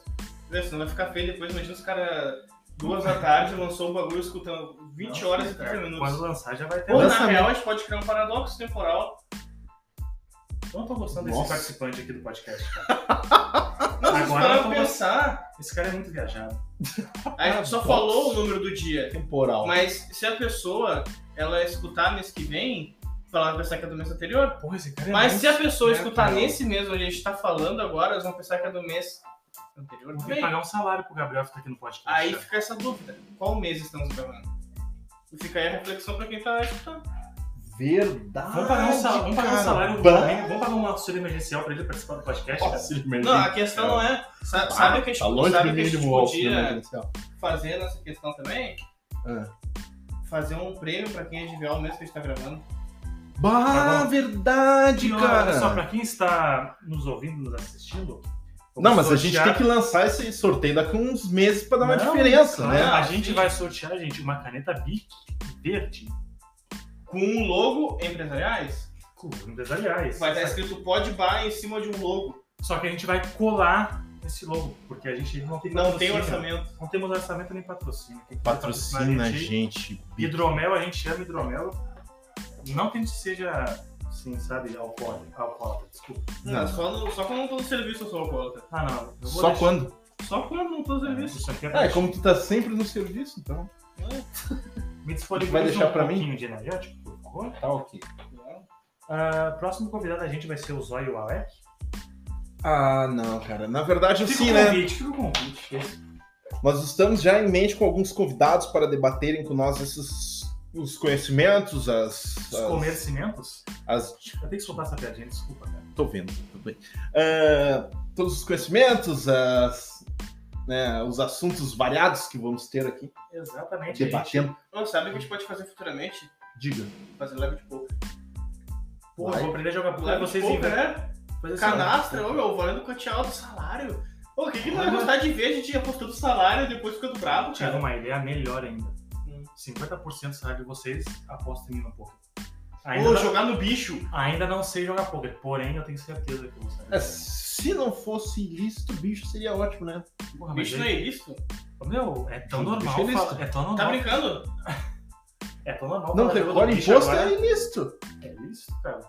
Speaker 2: Né, Senão vai ficar feio depois, imagina os caras... Duas da tarde lançou um bagulho escutando 20
Speaker 3: Não,
Speaker 2: horas e
Speaker 3: cara,
Speaker 2: 30 minutos.
Speaker 3: Quando lançar já vai ter.
Speaker 2: Ou, na
Speaker 1: Lançamento.
Speaker 2: real, a gente pode criar um paradoxo temporal.
Speaker 3: Não tô gostando
Speaker 1: Nossa.
Speaker 3: desse participante aqui do podcast.
Speaker 2: Não, se
Speaker 3: Agora eu
Speaker 2: parar
Speaker 3: tô
Speaker 2: pra pensar,
Speaker 3: Esse cara é muito viajado.
Speaker 2: a gente só
Speaker 1: Paradoxo.
Speaker 2: falou o número do dia.
Speaker 1: Temporal.
Speaker 2: Mas se a pessoa, ela escutar mês que vem, ela vai pensar que é do mês anterior.
Speaker 3: Porra, esse cara é
Speaker 2: Mas
Speaker 3: muito-
Speaker 2: se a pessoa
Speaker 3: né,
Speaker 2: escutar
Speaker 3: cara?
Speaker 2: nesse mesmo, a gente tá falando agora, elas vão pensar que é do mês anterior
Speaker 3: Vou ter que
Speaker 2: também.
Speaker 3: pagar um salário pro Gabriel que tá aqui no podcast.
Speaker 2: Aí
Speaker 3: cara.
Speaker 2: fica essa dúvida. Qual mês estamos gravando? E fica aí a reflexão pra quem tá escutando.
Speaker 1: Verdade.
Speaker 3: Vamos pagar um salário, vamos pagar um salário
Speaker 1: Bah.
Speaker 3: também, vamos pagar um auxílio emergencial pra ele participar do podcast, cara.
Speaker 1: Auxílio emergencial.
Speaker 2: Não, a questão não é. sa- Sabe o que a gente,
Speaker 1: Tá longe
Speaker 2: sabe
Speaker 1: do
Speaker 2: o que a gente
Speaker 1: mínimo o auxílio
Speaker 2: podia
Speaker 1: emergencial.
Speaker 2: fazer nessa questão também? Fazer um prêmio pra quem adivinhar o mês que a gente tá gravando.
Speaker 1: Bah,
Speaker 3: Tá bom.
Speaker 1: verdade,
Speaker 3: E, ó,
Speaker 1: cara.
Speaker 3: Olha só, pra quem está nos ouvindo, nos assistindo.
Speaker 1: Não, mas a gente tem que lançar esse sorteio daqui a uns meses pra dar uma
Speaker 3: Não,
Speaker 1: diferença,
Speaker 2: claro.
Speaker 1: né?
Speaker 3: A gente vai sortear, gente, uma caneta Bic verde.
Speaker 2: Com um logo empresariais,
Speaker 3: com empresariais.
Speaker 2: vai estar escrito pode bar em cima de um logo.
Speaker 3: Só que a gente vai colar esse logo, porque a gente não tem
Speaker 2: Não tem
Speaker 3: patrocínio.
Speaker 2: orçamento.
Speaker 3: Não temos orçamento nem patrocínio. Tem que
Speaker 1: Patrocina a
Speaker 3: patrocinar
Speaker 1: gente.
Speaker 3: Hidromel, a gente ama hidromel. Não que a gente seja, assim, sabe, alcoólatra, alcoólatra, desculpa.
Speaker 2: Não,
Speaker 1: Não.
Speaker 2: só, no, só quando eu tô no serviço eu sou alcoólatra.
Speaker 3: Ah, não. eu vou
Speaker 1: Só
Speaker 3: deixar-
Speaker 1: quando?
Speaker 2: Só quando não tô no serviço.
Speaker 3: Isso aqui é pra
Speaker 1: Ah, é como tu tá sempre no serviço, então.
Speaker 3: Me disponibiliza
Speaker 1: Vai deixar
Speaker 3: um
Speaker 1: pra mim?
Speaker 3: pouquinho de energético, por favor.
Speaker 1: Tá ok.
Speaker 3: Ah, próximo convidado da gente vai ser o Zóio Alec.
Speaker 1: Ah, não, cara. Na verdade,
Speaker 3: Fica
Speaker 1: assim,
Speaker 3: o
Speaker 1: né?
Speaker 3: convite, fica o convite. Esse-
Speaker 1: Nós estamos já em mente com alguns convidados para debaterem com nós esses os conhecimentos, as.
Speaker 3: Os comercimentos.
Speaker 1: as, as
Speaker 3: Eu tenho que soltar essa piadinha, desculpa, cara.
Speaker 1: tô vendo, tudo bem. Ah, todos os conhecimentos, as, né, os assuntos variados que vamos ter aqui,
Speaker 3: É Exatamente.
Speaker 1: debatendo.
Speaker 2: Não, sabe o que a gente pode fazer futuramente?
Speaker 1: Diga.
Speaker 2: Fazer live de pouco.
Speaker 3: gente. Porra,
Speaker 1: Vai.
Speaker 3: vou aprender a jogar poker
Speaker 2: Live de
Speaker 3: vocês assim,
Speaker 2: pouco,
Speaker 3: inventam.
Speaker 2: né? é
Speaker 3: Fazer essa-
Speaker 2: Canastra, ô meu, valendo quantia alto salário. Ô, o que que não vai gostar de ver a gente apostando salário e depois ficando bravo,
Speaker 3: Tive
Speaker 2: cara?
Speaker 3: uma ideia é melhor ainda.
Speaker 2: Hum.
Speaker 3: 50% do salário de vocês aposta em mim no poker. Ainda, né?
Speaker 2: Ou
Speaker 3: não,
Speaker 2: jogar no bicho.
Speaker 3: ainda não sei jogar poker, porém eu tenho certeza que eu vou saber.
Speaker 1: É, se não fosse ilícito, bicho seria ótimo, né?
Speaker 3: Porra, Ah, mas
Speaker 2: Bicho não é
Speaker 3: aí-
Speaker 2: ilícito?
Speaker 3: Meu, é tão
Speaker 1: Bicho
Speaker 3: normal.
Speaker 1: é ilícito.
Speaker 3: falar- É tão
Speaker 2: Tá
Speaker 3: normal.
Speaker 2: brincando?
Speaker 3: É tão normal.
Speaker 1: Não,
Speaker 3: falar jogo do
Speaker 1: recolhe
Speaker 3: bicho
Speaker 1: imposto
Speaker 3: agora.
Speaker 1: é ilícito.
Speaker 3: É isso, cara.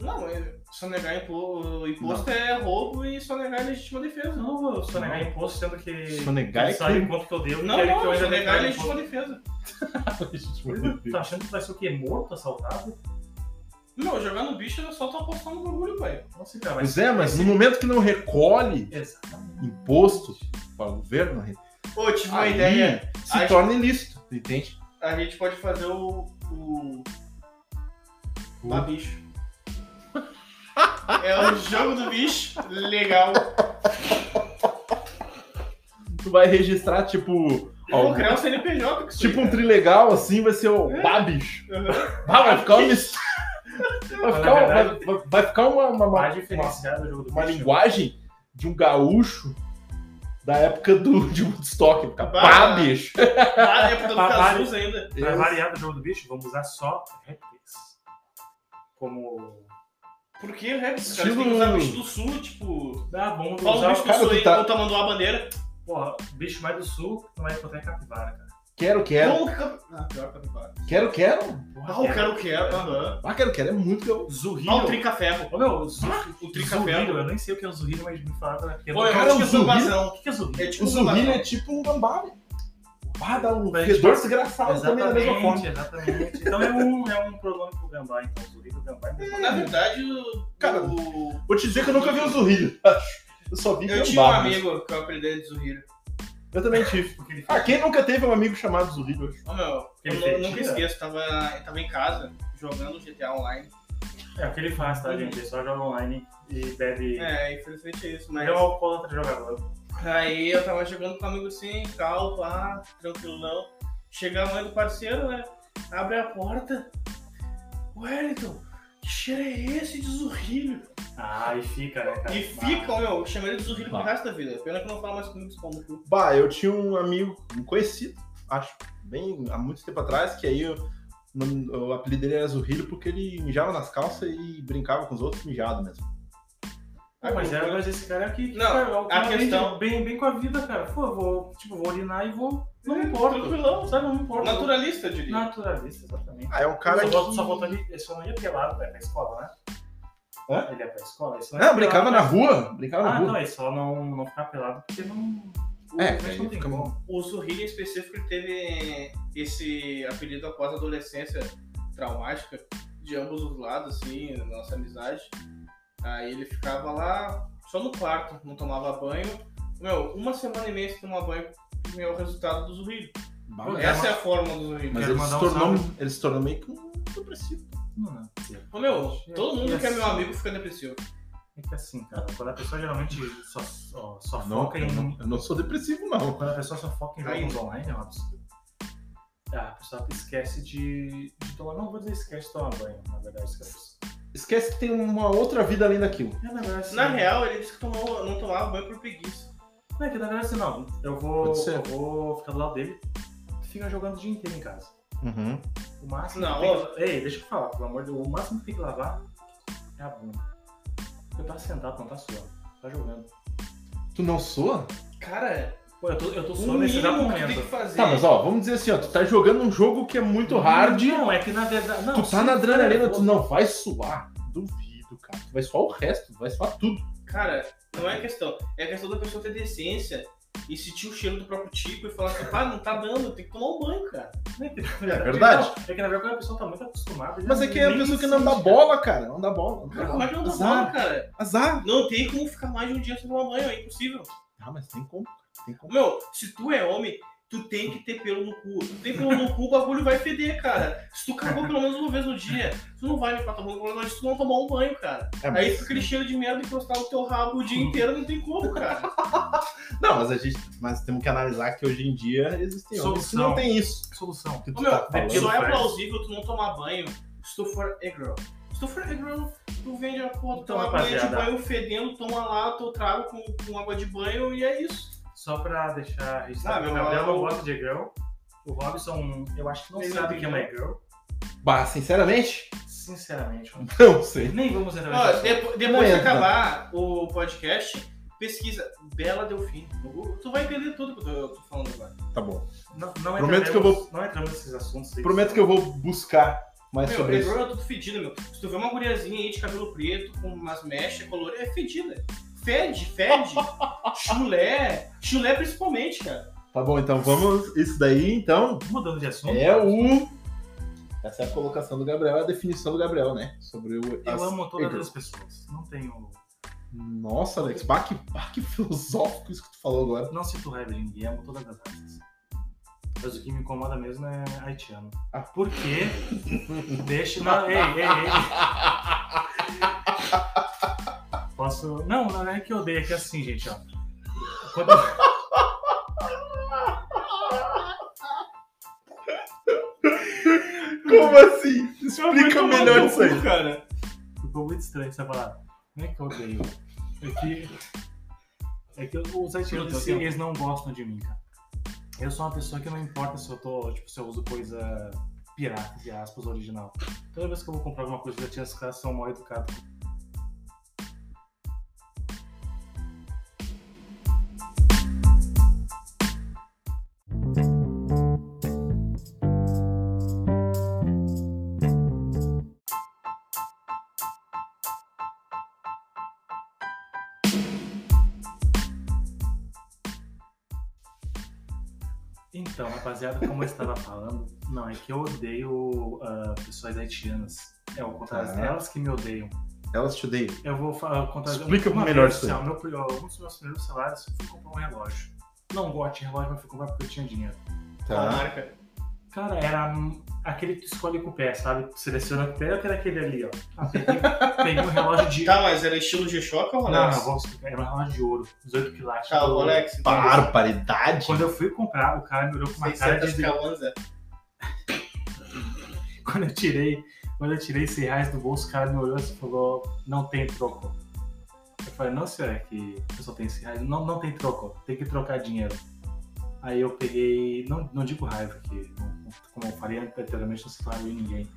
Speaker 2: Não, é- só negar impo- imposto é roubo e só negar é legítima
Speaker 3: Eu
Speaker 2: defesa.
Speaker 3: não vou sonegar imposto, sendo que.
Speaker 1: Sonegar é
Speaker 3: sabe
Speaker 1: crime.
Speaker 3: quanto que eu devo
Speaker 2: Não,
Speaker 3: querem que eu
Speaker 2: não,
Speaker 3: ainda
Speaker 2: só negar é
Speaker 3: declare
Speaker 2: legítima
Speaker 3: imposto.
Speaker 2: defesa.
Speaker 3: Tá achando que vai ser o quê? Morto, assaltado?
Speaker 2: Não, jogar no bicho eu só tô apostando no bagulho, pai.
Speaker 3: Não sei, Então, cara.
Speaker 1: Pois é, mas no momento que não recolhe
Speaker 3: Exatamente.
Speaker 1: imposto para o governo,
Speaker 2: Ô, tive uma
Speaker 1: aí
Speaker 2: ideia.
Speaker 1: se
Speaker 2: Acho-
Speaker 1: torna ilícito, entende?
Speaker 2: A gente pode fazer o. o.
Speaker 1: O-
Speaker 2: Babicho. é o jogo do bicho. Legal.
Speaker 1: Tu vai registrar, tipo,
Speaker 2: Eu vou
Speaker 1: algum-
Speaker 2: criar um CNPJ com isso.
Speaker 1: tipo um
Speaker 2: aí, né?
Speaker 1: trilegal, assim, vai ser o pá, bicho.
Speaker 2: cara. É. Aham.
Speaker 1: Bah, vai ficar um mis- Vai
Speaker 3: Na
Speaker 1: ficar, um-
Speaker 3: verdade-
Speaker 1: vai- vai ficar uma- uma- uma
Speaker 3: Mais diferenciado do jogo do
Speaker 1: uma
Speaker 3: bicho.
Speaker 1: linguagem de um gaúcho da época do, de Woodstock. Fica,
Speaker 2: Bah.
Speaker 1: Pá, bicho!
Speaker 2: Na época do
Speaker 3: Papai.
Speaker 2: Cazuza ainda.
Speaker 3: Pra
Speaker 1: Isso.
Speaker 3: variar do jogo do bicho, vamos usar só répteis. Como.
Speaker 2: Por que rap? Os caras
Speaker 1: Estilo-
Speaker 2: têm que usar bicho do sul, tipo.
Speaker 3: Ah, vamos
Speaker 2: Fala um
Speaker 3: usar.
Speaker 2: bicho do
Speaker 1: cara
Speaker 2: sul
Speaker 1: que
Speaker 2: aí,
Speaker 1: tá-
Speaker 2: tá... tamanduá a bandeira.
Speaker 3: Porra, bicho mais do sul não vai encontrar em capivara, cara.
Speaker 1: Quero, quero.
Speaker 2: Como que. Ah, pior capivara.
Speaker 1: Quero, quero.
Speaker 3: Porra,
Speaker 2: Ah, o cara o que é? Aham.
Speaker 1: Ah, quero, quero. É muito. Eu...
Speaker 3: Zurrilo.
Speaker 2: Ah, o tricaferro.
Speaker 3: Ô, meu, zu...
Speaker 2: O
Speaker 3: zurrilo.
Speaker 2: tricaferro.
Speaker 3: Eu nem sei o que é o zurrilo, mas me falaram que é
Speaker 2: Pô, eu
Speaker 1: Cara,
Speaker 2: acho que
Speaker 1: o
Speaker 2: é zambazão.
Speaker 3: O que que é zurrilo?
Speaker 2: É tipo
Speaker 1: um O
Speaker 2: um
Speaker 1: zumbi
Speaker 2: zambazão.
Speaker 1: é tipo um gambá, né? Ah, dá um
Speaker 3: Mas,
Speaker 1: fedor
Speaker 3: tipo,
Speaker 1: desgraçado também da mesma forma.
Speaker 3: Exatamente, exatamente. Então é um, é um pronome pro gambá, então. Zurrilo, gambá é mesmo.
Speaker 2: Na verdade, o.
Speaker 1: Cara,
Speaker 2: o-
Speaker 1: Vou te dizer que eu nunca vi um zurrilho, acho. Eu só vi
Speaker 2: Eu
Speaker 1: gambá.
Speaker 2: tinha um
Speaker 1: mas-
Speaker 2: amigo que eu apelidei de Zuhiro.
Speaker 1: Eu também tive.
Speaker 3: Porque ele
Speaker 1: Ah, quem nunca teve um amigo chamado zurrilho? acho?
Speaker 2: Ô meu, eu
Speaker 3: Ele
Speaker 2: nu-
Speaker 3: fez,
Speaker 2: nunca
Speaker 3: tira.
Speaker 2: esqueço, tava, eu tava em casa jogando GTA Online.
Speaker 3: É o que ele faz, tá, gente? Ele só joga online e bebe.
Speaker 2: É, infelizmente é isso, mas.
Speaker 3: Ele é um alcoólatra jogador.
Speaker 2: Aí eu tava jogando com um amigo assim, calmo, pá, tranquilão. Chega a mãe do parceiro, né? Abre a porta. Wellington, que cheiro é esse de zurrilho?
Speaker 3: Ah, e fica, né, cara?
Speaker 2: E fica, meu, eu chamei ele de zurrilho pro
Speaker 1: Bah.
Speaker 2: resto da vida. Pena que não fala mais comigo, só no cu.
Speaker 1: Bah, eu tinha um amigo, um conhecido, acho, bem há muito tempo atrás, que aí eu, o nome- o apelido dele era Zurrilho porque ele mijava nas calças e brincava com os outros mijado mesmo.
Speaker 3: Ah, mas, é, mas esse cara aqui
Speaker 2: Não, a questão-
Speaker 3: bem, bem com a vida, cara. Pô, eu vou, tipo, vou urinar e vou. Não
Speaker 1: É,
Speaker 3: importa.
Speaker 2: tranquilão.
Speaker 3: Sabe, não importa.
Speaker 2: Naturalista, eu diria.
Speaker 3: Naturalista, exatamente.
Speaker 1: Ah, é um cara
Speaker 3: só,
Speaker 1: que...
Speaker 3: volta- só volta ali, ele só não ia pelado, né? Pra escola, né?
Speaker 1: Hã?
Speaker 3: Ele ia pra escola, isso
Speaker 1: Não, brincava na rua, brincava na
Speaker 3: né? Ah,
Speaker 1: rua.
Speaker 3: não, é só não, não ficar pelado porque não.
Speaker 1: É,
Speaker 3: mas
Speaker 1: aí
Speaker 3: não tem
Speaker 1: fica
Speaker 3: como.
Speaker 2: O Zurrilho em específico ele teve esse apelido após a adolescência traumática de ambos os lados, assim, na nossa amizade. Aí ele ficava lá só no quarto, não tomava banho. Meu, uma semana e meia sem tomar banho é o resultado do Zurrilho.
Speaker 1: Bah,
Speaker 3: Pô,
Speaker 1: mas-
Speaker 2: Essa é a forma do Zurrilho.
Speaker 1: Mas
Speaker 3: Quero
Speaker 1: ele se,
Speaker 3: mandar um
Speaker 1: tornou,
Speaker 3: salve.
Speaker 1: ele se tornou meio que um depressivo.
Speaker 3: Não, não.
Speaker 2: Ô, meu, todo mundo que é meu
Speaker 3: Yes.
Speaker 2: amigo fica depressivo.
Speaker 3: É que assim, cara, quando a pessoa geralmente só, só, só
Speaker 1: Não,
Speaker 3: foca
Speaker 1: eu
Speaker 3: em.
Speaker 1: não, eu não sou depressivo, não.
Speaker 3: Quando a pessoa só foca em
Speaker 2: Aí.
Speaker 3: jogos online, é um absurdo. Ah, A pessoa esquece de, de tomar. Não vou dizer esquece de tomar banho, na verdade, esquece.
Speaker 1: Esquece que tem uma outra vida além daquilo.
Speaker 3: É, na verdade, assim,
Speaker 2: Na real, ele disse que tomou, não tomava banho por preguiça.
Speaker 3: Não, é que na verdade assim, não. Eu vou,
Speaker 1: Pode ser.
Speaker 3: eu vou ficar do lado dele. Fica jogando o dia inteiro em casa.
Speaker 1: Uhum.
Speaker 3: O máximo.
Speaker 2: Não,
Speaker 3: que tem que- Ei, deixa eu falar, pelo amor de Deus. O máximo que tem que lavar é a bunda. Porque tá sentado, não tá suando. Tá jogando.
Speaker 1: Tu não soa?
Speaker 2: Cara,
Speaker 3: Pô, eu tô, eu tô
Speaker 2: o
Speaker 3: suando nesse é exato
Speaker 2: mínimo que tem que
Speaker 3: momento.
Speaker 2: fazer.
Speaker 1: Tá, mas ó, vamos dizer assim, ó, tu tá jogando um jogo que é muito hard,
Speaker 3: Não, é que na verdade. Não,
Speaker 1: tu tá
Speaker 3: sim,
Speaker 1: na adrenalina,
Speaker 3: cara,
Speaker 1: tu não vai suar. Duvido, cara. Tu vai suar o resto, tu vai suar tudo.
Speaker 2: Cara, não é questão. É a questão da pessoa ter decência e sentir o cheiro do próprio tipo e falar assim, pá, não tá dando, tem que tomar um banho, cara.
Speaker 3: É que-
Speaker 1: É verdade.
Speaker 3: Não, é que na verdade quando a pessoa tá muito acostumada.
Speaker 1: Mas é que é a
Speaker 3: nem
Speaker 1: pessoa que não dá
Speaker 3: sente,
Speaker 1: bola, cara. Não dá bola. Não dá
Speaker 2: Cara, como é
Speaker 1: bola.
Speaker 2: que não dá
Speaker 1: Azar,
Speaker 2: banho, cara?
Speaker 1: azar.
Speaker 2: Não tem como ficar mais de um dia sem tomar banho, é impossível.
Speaker 1: Ah, mas tem como. Tem como.
Speaker 2: Meu, se tu é homem, tu tem que ter pelo no cu. Tu tem pelo no cu, o bagulho vai feder, cara. Se tu cagou pelo menos uma vez no dia, tu não vai limpar tua mão, mas se tu não tomar um banho, cara.
Speaker 1: É, mas-
Speaker 2: Aí fica aquele cheiro de merda encostar no teu rabo o dia inteiro, não tem como, cara.
Speaker 1: Não, mas a gente. Mas temos que analisar que hoje em dia existem homens que
Speaker 3: Solução.
Speaker 1: não tem isso.
Speaker 3: cara. Solução.
Speaker 1: Que
Speaker 2: Ô,
Speaker 1: tu
Speaker 2: meu,
Speaker 1: tá falando.
Speaker 2: só é
Speaker 3: faz.
Speaker 2: plausível tu não tomar banho se tu for e-girl. Se tu for e-girl, tu vende a porra, tu
Speaker 3: Então,
Speaker 2: toma banho de
Speaker 3: rapaziada.
Speaker 2: banho fedendo, toma lá teu trago com, com água de banho e é isso.
Speaker 3: Só pra deixar
Speaker 2: Ah,
Speaker 3: registrado.
Speaker 2: meu,
Speaker 3: o Gabriel não
Speaker 2: eu-
Speaker 3: gosta de girl. O Robson, eu acho que não
Speaker 2: Ele
Speaker 3: sabe
Speaker 2: não
Speaker 3: o que é
Speaker 2: tem
Speaker 3: uma girl.
Speaker 1: Bah, sinceramente,
Speaker 3: Sinceramente, Robson.
Speaker 1: não sei.
Speaker 3: nem vamos
Speaker 1: Então,
Speaker 3: entrar
Speaker 1: Ah,
Speaker 2: Ó,
Speaker 3: nesse assunto.
Speaker 2: depo-
Speaker 1: Não
Speaker 2: depois de
Speaker 1: entra.
Speaker 2: acabar o podcast, pesquisa Bela Delfim no Google. Tu vai entender tudo que eu tô, eu tô falando agora.
Speaker 1: Tá bom.
Speaker 3: Não, não
Speaker 1: Prometo
Speaker 3: entraremos-
Speaker 1: que eu vou-
Speaker 3: Não entramos nesses assuntos. aí.
Speaker 1: Prometo que eu vou buscar mais
Speaker 2: meu,
Speaker 1: sobre isso.
Speaker 2: e-girl é tudo fedido, meu. Se tu vê uma guriazinha aí de cabelo preto, com umas mechas coloridas, é fedida. Fede, fede. chulé. Chulé principalmente, cara.
Speaker 1: Tá bom, então vamos. Isso daí, então,
Speaker 3: Mudando de assunto.
Speaker 1: é o. Essa é a colocação do Gabriel, a definição do Gabriel, né? Sobre o. as-
Speaker 3: Eu amo todas
Speaker 1: Igor.
Speaker 3: as pessoas. Não tenho.
Speaker 1: Nossa, Alex, bah, que, bah, que filosófico isso que tu falou agora.
Speaker 3: Não sinto raiva de ninguém, amo todas as raças. Mas o que me incomoda mesmo é haitiano.
Speaker 1: Ah.
Speaker 3: Por quê? Deixa. Não, ei, ei, ei. Posso. Não, não é que eu odeio, é que é assim, gente, ó. Quando-
Speaker 1: Como assim?
Speaker 2: Vai
Speaker 1: Explica
Speaker 2: tomar
Speaker 1: melhor
Speaker 2: no
Speaker 1: isso aí.
Speaker 2: cu, Cara.
Speaker 3: Ficou muito estranho essa palavra. Não é que eu odeio. É que É que os
Speaker 4: Pelo
Speaker 3: haitianos,
Speaker 4: teu
Speaker 3: eles não gostam de mim, cara. Eu sou uma pessoa que não importa se eu tô, tipo, se eu uso coisa pirata, de aspas, original. Toda vez que eu vou comprar alguma coisa dos haitianos, os caras são mal educados. Então, rapaziada, como eu estava falando, não, é que eu odeio ah, pessoas haitianas. É o contrário,
Speaker 1: Tá.
Speaker 3: elas que me odeiam.
Speaker 1: Elas te odeiam.
Speaker 3: Eu vou falar contar
Speaker 1: Explica
Speaker 3: uma
Speaker 1: melhor
Speaker 3: vez,
Speaker 1: isso aí.
Speaker 3: assim, ó, meu, pri- ó, um dos meus primeiros salários eu fui comprar um relógio. Não gosto de relógio, mas fui comprar porque eu tinha dinheiro.
Speaker 2: Qual
Speaker 1: Tá.
Speaker 2: marca?
Speaker 3: Cara, era hum, aquele que tu escolhe com o pé, sabe? Tu seleciona com o pé, eu quero aquele ali, ó. Ah, peguei, peguei um relógio de.
Speaker 2: Tá, mas era estilo G-Shock ou
Speaker 3: Não,
Speaker 2: Rolex?
Speaker 3: não, vou explicar. Era um relógio de ouro, 18 quilates.
Speaker 2: Tá, o
Speaker 3: do-
Speaker 2: Rolex. então,
Speaker 1: Barbaridade.
Speaker 3: Quando eu fui comprar, o cara me olhou com uma cara de.
Speaker 2: 600 Kawanza.
Speaker 3: Quando eu tirei, quando eu tirei 100 reais do bolso, o cara me olhou assim e falou, não tem troco. Eu falei, não senhor, é que eu só tenho 100 reais. Não, não tem troco, tem que trocar dinheiro. Aí eu peguei, não, não digo raiva, que não- como eu falei anteriormente, não se falava em ninguém.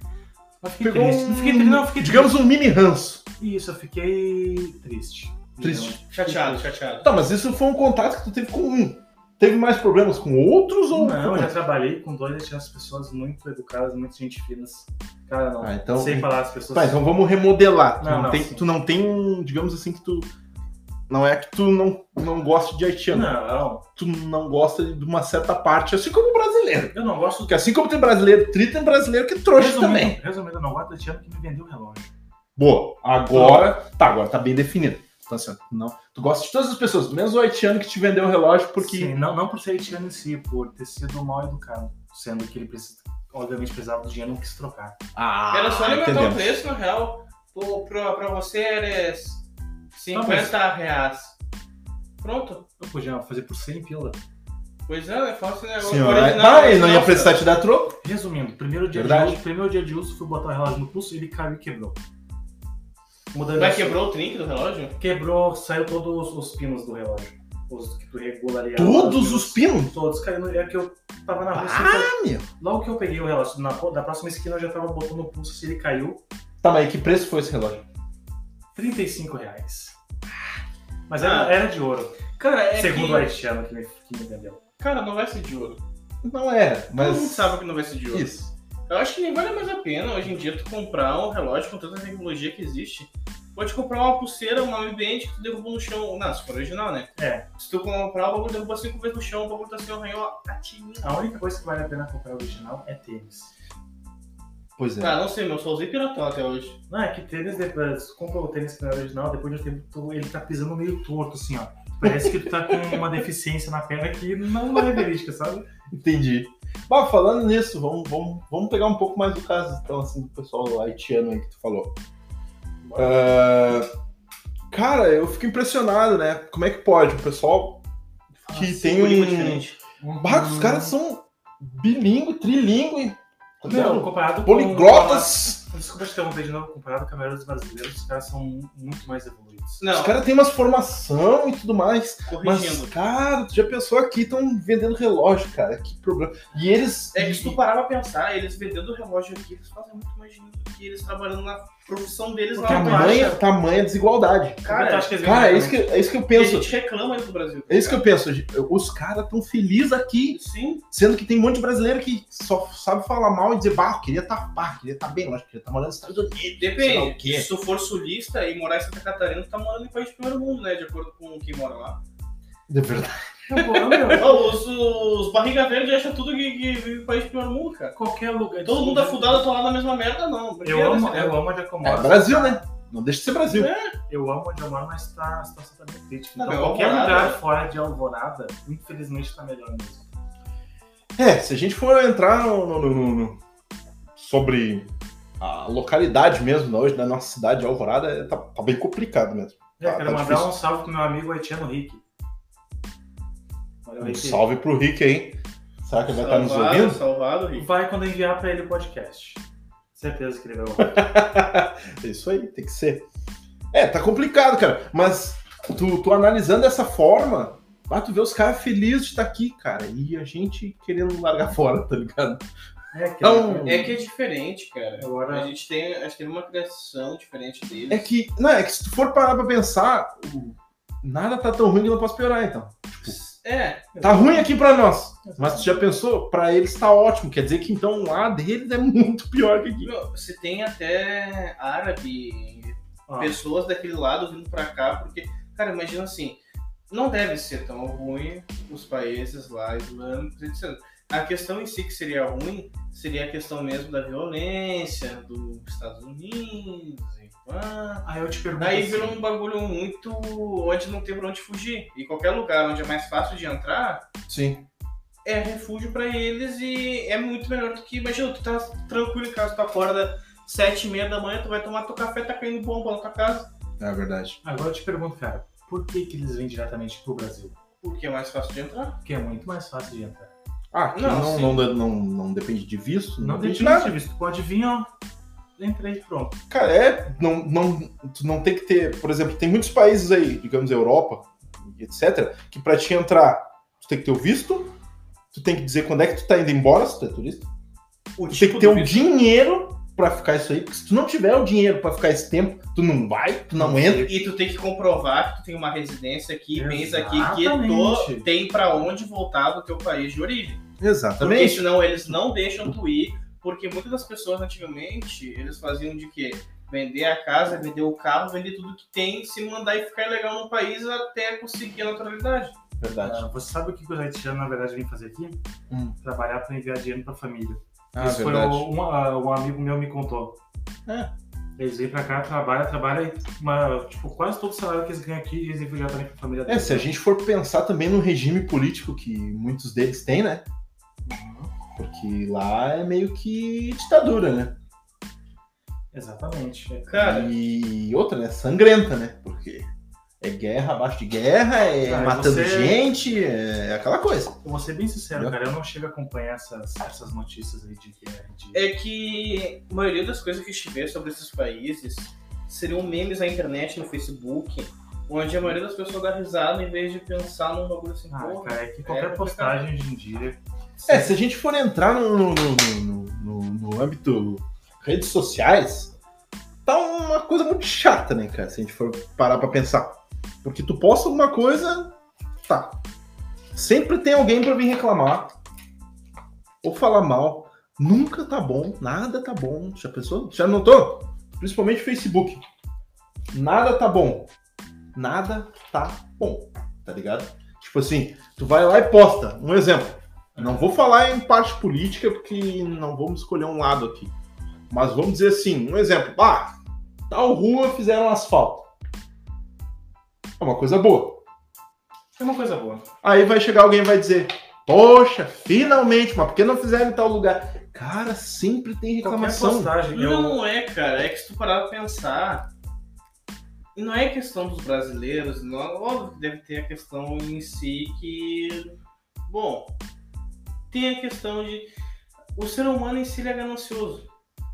Speaker 3: Mas fiquei
Speaker 1: Pegou
Speaker 3: triste. Não fiquei
Speaker 1: um-
Speaker 3: triste, não, fiquei
Speaker 1: Digamos um mini ranço.
Speaker 3: triste. Isso, eu fiquei triste.
Speaker 1: Triste.
Speaker 2: Chateado, chateado.
Speaker 1: Tá, mas isso foi um contato que tu teve com um. Teve mais problemas com outros ou
Speaker 3: Não, eu já trabalhei com dois, eu tinha as pessoas muito educadas, muita gente finas. Cara, não.
Speaker 1: Ah, então-
Speaker 3: Sem falar as pessoas.
Speaker 1: Tá, então vamos remodelar. Tu não,
Speaker 3: Não, não,
Speaker 1: tem,
Speaker 3: sim.
Speaker 1: tu não tem um, digamos assim, que tu. Não é que tu não, não gosta de haitiano.
Speaker 3: Não,
Speaker 1: Tu não gosta de uma certa parte, assim como o brasileiro.
Speaker 3: eu não gosto
Speaker 1: Porque assim como tem brasileiro, tri tem brasileiro que é trouxa
Speaker 3: Resumindo,
Speaker 1: também.
Speaker 3: resumindo, eu não gosto Tatiana que me vendeu o relógio.
Speaker 1: Boa. Agora. Tá, agora tá bem definido. Então, assim, não, tu gosta de todas as pessoas, menos o haitiano que te vendeu o relógio, porque.
Speaker 3: Sim, não, não por ser Tatiana em si, por ter sido mal educado. Sendo que ele precisa, obviamente precisava do dinheiro e não quis trocar.
Speaker 1: Ah,
Speaker 2: Era só levantar
Speaker 1: entendemos.
Speaker 2: o preço, na real. Pô, pra, pra você era 50 reais. Pronto.
Speaker 3: Eu podia fazer por 100 pila.
Speaker 2: Pois é, é fácil negócio.
Speaker 1: Sim, né? Tá,
Speaker 2: é
Speaker 1: ele não ia precisar te dar troco.
Speaker 3: Resumindo, primeiro dia, de
Speaker 1: Verdade.
Speaker 3: uso, primeiro dia de uso, fui botar o relógio no pulso, ele caiu e quebrou. Mudando
Speaker 2: Mas
Speaker 3: de assunto.
Speaker 2: quebrou o trinque do relógio?
Speaker 3: Quebrou, saiu todos os, os pinos do relógio. Os que tu regula ali.
Speaker 1: Todos os pinos.
Speaker 3: Todos caíram. É que eu tava na rua. assim,
Speaker 1: Ah, meu.
Speaker 3: logo que eu peguei o relógio, na, da próxima esquina eu já tava botando o pulso, se ele caiu,
Speaker 1: Tá, mas que preço foi esse relógio?
Speaker 3: 35 reais. Mas era, era de ouro.
Speaker 2: Cara, Ah. é
Speaker 3: segundo o
Speaker 2: que...
Speaker 3: haitiano que me, que me vendeu.
Speaker 2: Cara, não vai ser de ouro.
Speaker 1: Não era,
Speaker 2: Todo mundo
Speaker 1: mas.
Speaker 2: sabe que é. não vai ser de ouro.
Speaker 1: Isso.
Speaker 2: Eu acho que nem vale mais a pena hoje em dia tu comprar um relógio com tanta tecnologia que existe. Pode comprar uma pulseira, uma ambiente que tu derrubou no chão. Não, se for original, né?
Speaker 3: É.
Speaker 2: Se tu comprar, o bagulho derruba cinco vezes no chão, o bagulho tá assim, arranhou a tininha.
Speaker 3: A única coisa que vale a pena comprar original é tênis.
Speaker 1: Pois é.
Speaker 2: Ah, não sei, meu, só usei piratão até hoje.
Speaker 3: Não, é que tênis, depois, tu compra o tênis que não é original, depois de um tempo tu- ele tá pisando meio torto, assim, ó. Parece que tu tá com uma deficiência na perna que não é verídica, sabe?
Speaker 1: Entendi. Bom, falando nisso, vamos, vamos, vamos pegar um pouco mais do caso, então, assim, do pessoal haitiano aí que tu falou. Ah, cara, eu fico impressionado, né? Como é que pode? O pessoal que
Speaker 2: Cinco
Speaker 1: tem um.
Speaker 2: línguas diferentes.
Speaker 1: Bah,
Speaker 3: Hum.
Speaker 1: os caras são bilíngue, trilingue,
Speaker 3: Não, comparado com-
Speaker 1: poliglotas.
Speaker 3: Desculpa te interromper de novo, comparado com a maioria dos brasileiros, os caras são muito mais evoluídos.
Speaker 2: Não,
Speaker 1: Os caras têm umas formação e tudo mais.
Speaker 2: corrigindo.
Speaker 1: Mas, cara, tu já pensou aqui, estão vendendo relógio, cara. Que problema. E eles.
Speaker 2: É que se tu parar pra pensar, eles vendendo o relógio aqui, eles fazem muito mais dinheiro do que eles trabalhando na profissão deles lá na
Speaker 1: Tamanha, tamanha desigualdade.
Speaker 3: Porque tu
Speaker 2: Cara,
Speaker 3: acha que eles
Speaker 1: Cara, é
Speaker 3: vendem
Speaker 1: isso que, é isso que eu
Speaker 2: a
Speaker 1: penso.
Speaker 2: gente reclama isso do Brasil.
Speaker 1: É isso que eu penso. Os caras tão felizes aqui,
Speaker 2: Sim,
Speaker 1: sendo que tem um monte de brasileiro que só sabe falar mal e dizer, bah, eu queria estar pá, queria estar bem, lógico, queria estar morando nos Estados Unidos. Sei lá o
Speaker 2: depende.
Speaker 1: quê.
Speaker 2: Se tu for sulista e morar em Santa Catarina, tu tá morando em país de primeiro mundo, né? De acordo com quem mora lá.
Speaker 1: De verdade.
Speaker 3: Não, meu,
Speaker 2: Ó, Ah, os, os barriga verde acham tudo que, que vive em país de primeiro mundo, cara.
Speaker 3: qualquer lugar.
Speaker 2: Todo mundo afundado, tá lá na mesma merda, não.
Speaker 3: Eu amo, eu amo onde eu
Speaker 1: É
Speaker 3: moro.
Speaker 1: Brasil, né? Não deixa de ser Brasil.
Speaker 3: Eu amo onde eu moro, mas tá, a situação tá bem crítica.
Speaker 2: Não, é
Speaker 3: Então,
Speaker 2: meu,
Speaker 3: qualquer
Speaker 2: Alvorada-
Speaker 3: lugar fora de Alvorada, infelizmente tá melhor mesmo.
Speaker 1: É, se a gente for entrar no, no- no- no- no- sobre a localidade mesmo da hoje, da nossa cidade de Alvorada, é- tá, tá bem complicado mesmo.
Speaker 3: É,
Speaker 2: Ah,
Speaker 1: Tá-
Speaker 3: quero
Speaker 1: tá
Speaker 3: mandar
Speaker 1: difícil.
Speaker 3: um salve pro meu amigo haitiano Rick. Valeu,
Speaker 1: Um
Speaker 3: Rick.
Speaker 1: salve pro Rick aí. Será que ele vai estar nos
Speaker 2: Salvado,
Speaker 1: ouvindo?
Speaker 2: salvado, Rick.
Speaker 3: Vai quando eu enviar pra ele o podcast. Certeza que ele vai ouvir.
Speaker 1: É isso aí, tem que ser. É, tá complicado, cara. Mas tu, tu analisando dessa forma, lá tu vê os caras felizes de estar aqui, cara. E a gente querendo largar fora, tá ligado?
Speaker 3: É que,
Speaker 1: Não,
Speaker 2: É que é diferente, cara. A
Speaker 3: agora
Speaker 2: gente tem, a gente tem uma criação diferente deles.
Speaker 1: É que, não, é que se tu for parar pra pensar, o- nada tá tão ruim que não posso piorar, então.
Speaker 2: É,
Speaker 1: Tá ruim aqui pra nós, mas tu já pensou? Pra eles tá ótimo, quer dizer que então lá deles é muito pior que aqui.
Speaker 2: meu, você tem até árabe,
Speaker 3: ó,
Speaker 2: pessoas daquele lado vindo pra cá, porque, cara, imagina assim, não deve ser tão ruim os países lá, islâmicos, etc. A questão em si que seria ruim seria a questão mesmo da violência, dos Estados Unidos, e pá.
Speaker 3: aí eu te pergunto
Speaker 2: Daí
Speaker 3: assim,
Speaker 2: virou um bagulho muito onde não tem pra onde fugir. E qualquer lugar onde é mais fácil de entrar
Speaker 1: Sim.
Speaker 2: é refúgio pra eles e é muito melhor do que. Imagina, tu tá tranquilo em casa, tu acorda sete e meia da manhã, tu vai tomar teu café, tá caindo bomba na tua casa,
Speaker 1: É verdade.
Speaker 3: agora eu te pergunto, cara, por que que eles vêm diretamente pro Brasil?
Speaker 2: porque é mais fácil de entrar.
Speaker 3: Porque é muito mais fácil de entrar.
Speaker 1: Ah, aqui
Speaker 2: Não,
Speaker 1: não,
Speaker 2: sim.
Speaker 1: não, não, não depende de visto,
Speaker 3: Não tem
Speaker 1: nada.
Speaker 3: visto, visto. Tu pode vir, ó. Entrei, pronto.
Speaker 1: Cara, é. Não, não, tu não tem que ter. Por exemplo, tem muitos países aí, digamos, Europa, etc., que pra te entrar, tu tem que ter o visto, tu tem que dizer quando é que tu tá indo embora, se tu é turista.
Speaker 2: O tipo
Speaker 1: Tu tem que ter um o dinheiro pra ficar isso aí, porque se tu não tiver o dinheiro pra ficar esse tempo, tu não vai, tu não entra.
Speaker 2: E tu tem que comprovar que tu tem uma residência aqui, bens aqui, que
Speaker 3: Exatamente.
Speaker 2: tu tem pra onde voltar do teu país de origem. Porque
Speaker 1: Exatamente.
Speaker 2: senão eles não deixam tu ir, porque muitas das pessoas antigamente, eles faziam de quê? Vender a casa, vender o carro, vender tudo que tem, se mandar e ficar ilegal no país até conseguir a naturalidade.
Speaker 1: é Verdade.
Speaker 3: Ah, Você sabe o que que os haitianos, na verdade, vêm fazer aqui?
Speaker 1: Hum.
Speaker 3: Trabalhar pra enviar dinheiro pra família.
Speaker 1: Ah,
Speaker 3: Isso foi
Speaker 1: verdade.
Speaker 3: o- um, ah, um amigo meu me contou.
Speaker 1: É.
Speaker 3: Eles vêm pra cá, trabalham, trabalham, e, uma- tipo, quase todo o salário que eles ganham aqui, eles enviam diretamente pra família
Speaker 1: É, se a gente for pensar também no regime político que muitos deles têm, né? Uhum. Porque lá é meio que ditadura, né?
Speaker 3: Exatamente. É.
Speaker 2: Cara,
Speaker 1: E outra, né? Sangrenta, né? Porque é guerra abaixo de guerra, é
Speaker 3: Ah,
Speaker 1: matando
Speaker 3: você-
Speaker 1: gente, é aquela coisa.
Speaker 3: Eu vou ser bem sincero,
Speaker 1: Entendeu?
Speaker 3: cara, eu não chego a acompanhar essas, essas notícias aí de guerra. De...
Speaker 2: é que a maioria das coisas que estiver sobre esses países seriam memes na internet, no Facebook, onde a maioria das pessoas dá risada em vez de pensar num bagulho assim,
Speaker 3: Ah,
Speaker 2: porra.
Speaker 3: cara, é que qualquer
Speaker 2: complicado.
Speaker 3: postagem hoje em dia.
Speaker 1: É, se a gente for entrar no, no, no, no, no- no âmbito redes sociais, tá uma coisa muito chata, né, cara? Se a gente for parar pra pensar. Porque tu posta alguma coisa, tá. Sempre tem alguém pra vir reclamar ou falar mal. Nunca tá bom, nada tá bom. Já pensou? Já notou? Principalmente Facebook. Nada tá bom. Nada tá bom. Tá ligado? Tipo assim, tu vai lá e posta. Um exemplo. Não vou falar em parte política, porque não vamos escolher um lado aqui. Mas vamos dizer assim, um exemplo. Ah, tal rua fizeram asfalto. É uma coisa boa.
Speaker 3: É uma coisa boa.
Speaker 1: Aí vai chegar alguém e vai dizer: Poxa, finalmente, mas por que não fizeram em tal lugar? Cara, sempre tem
Speaker 2: Então,
Speaker 3: Qualquer
Speaker 1: reclamação.
Speaker 3: postagem. eu-
Speaker 2: Não é, cara. É que se tu parar pra pensar, e não é questão dos brasileiros, não, óbvio que deve ter a questão em si que. Bom, tem a questão de. O ser humano em si ele é ganancioso.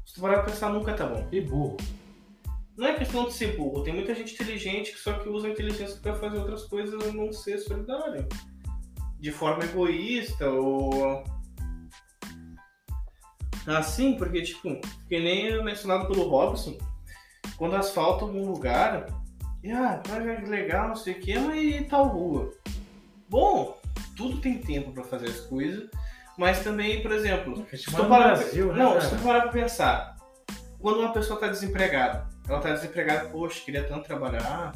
Speaker 2: Se tu parar pra pensar, nunca tá bom.
Speaker 3: E burro.
Speaker 2: Não é questão de ser burro, tem muita gente inteligente que só que usa a inteligência pra fazer outras coisas e não ser solidário. De forma egoísta ou. Assim, porque, tipo, que nem mencionado pelo Robson, quando asfalta algum lugar, e, ah, olha que legal, não sei o que, mas e tal rua? Bom, tudo tem tempo pra fazer as coisas, mas também, por exemplo,
Speaker 3: Se
Speaker 2: se tu parar pra- Então
Speaker 3: né,
Speaker 2: não, é se tu parar pra pensar, quando uma pessoa tá desempregada, ela tá desempregada, poxa, queria tanto trabalhar,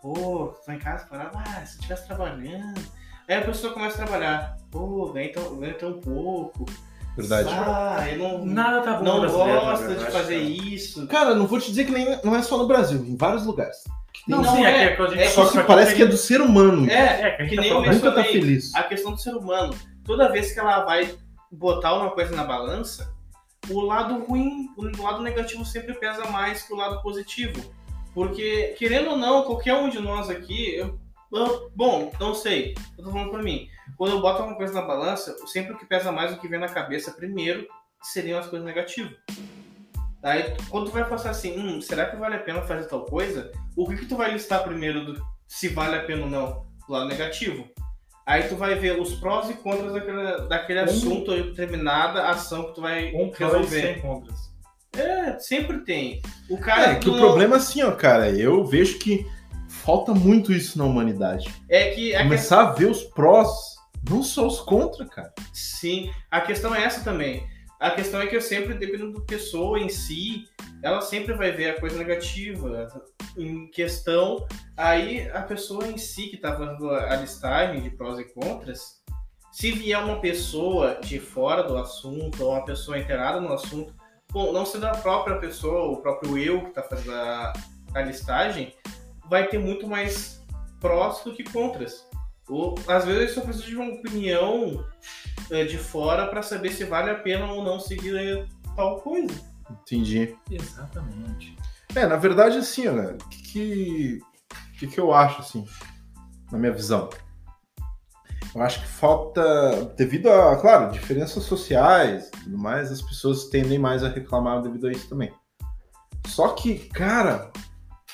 Speaker 2: pô, tô em casa parada, ah, se eu estivesse trabalhando. Aí a pessoa começa a trabalhar, pô, ganha tão, ganha tão pouco, ah, eu não,
Speaker 3: Nada tá bom
Speaker 2: não
Speaker 3: no brasileiro,
Speaker 2: gosto
Speaker 3: na
Speaker 2: de
Speaker 3: verdade,
Speaker 2: fazer
Speaker 3: cara.
Speaker 2: isso.
Speaker 1: Cara, não vou te dizer que nem, não é só no Brasil, em vários lugares.
Speaker 3: Não,
Speaker 2: Não
Speaker 3: sim,
Speaker 2: é.
Speaker 3: é que a gente
Speaker 2: É
Speaker 3: tá
Speaker 2: só
Speaker 1: Só
Speaker 3: falando
Speaker 1: que
Speaker 3: pra
Speaker 1: parece
Speaker 3: quem-
Speaker 1: que é do ser humano.
Speaker 2: É,
Speaker 3: É, que a gente
Speaker 2: que
Speaker 3: tá
Speaker 2: nem eu
Speaker 3: falando-
Speaker 1: Nunca tá
Speaker 2: mencionei,
Speaker 1: feliz.
Speaker 2: a questão do ser humano. Toda vez que ela vai botar uma coisa na balança, o lado ruim, o lado negativo sempre pesa mais que o lado positivo. Porque, querendo ou não, qualquer um de nós aqui, eu- eu- bom, não sei, eu tô falando por mim. Quando eu boto alguma coisa na balança, sempre o que pesa mais, é o que vem na cabeça primeiro, seriam as coisas negativas. Aí, quando tu vai passar assim, hum, será que vale a pena fazer tal coisa? O que, que tu vai listar primeiro do, se vale a pena ou não, do lado negativo. Aí tu vai ver os prós e contras daquele, daquele
Speaker 3: Um-
Speaker 2: assunto, determinada ação que tu vai
Speaker 1: um
Speaker 3: Com prós e
Speaker 2: resolver.
Speaker 3: sem contras.
Speaker 2: É, sempre tem. O cara
Speaker 1: é que o
Speaker 2: não-
Speaker 1: problema é assim, ó, cara, eu vejo que falta muito isso na humanidade.
Speaker 2: é que a questão-
Speaker 1: Começar a ver os prós, não só os contra, cara.
Speaker 2: Sim, a questão é essa também. A questão é que eu sempre, dependendo da pessoa em si, ela sempre vai ver a coisa negativa em questão. Aí a pessoa em si que tá fazendo a listagem de prós e contras, se vier uma pessoa de fora do assunto, ou uma pessoa inteirada no assunto, bom, não sendo a própria pessoa, o próprio eu que tá fazendo a, a listagem, vai ter muito mais prós do que contras. Ou, às vezes eu só preciso de uma opinião eh, de fora para saber se vale a pena ou não seguir eh, tal coisa.
Speaker 1: Entendi.
Speaker 3: Exatamente.
Speaker 1: É, na verdade, assim, ó, cara, o que, que, o que que eu acho, assim, na minha visão? Eu acho que falta, devido a, claro, diferenças sociais e tudo mais, as pessoas tendem mais a reclamar devido a isso também. Só que, cara,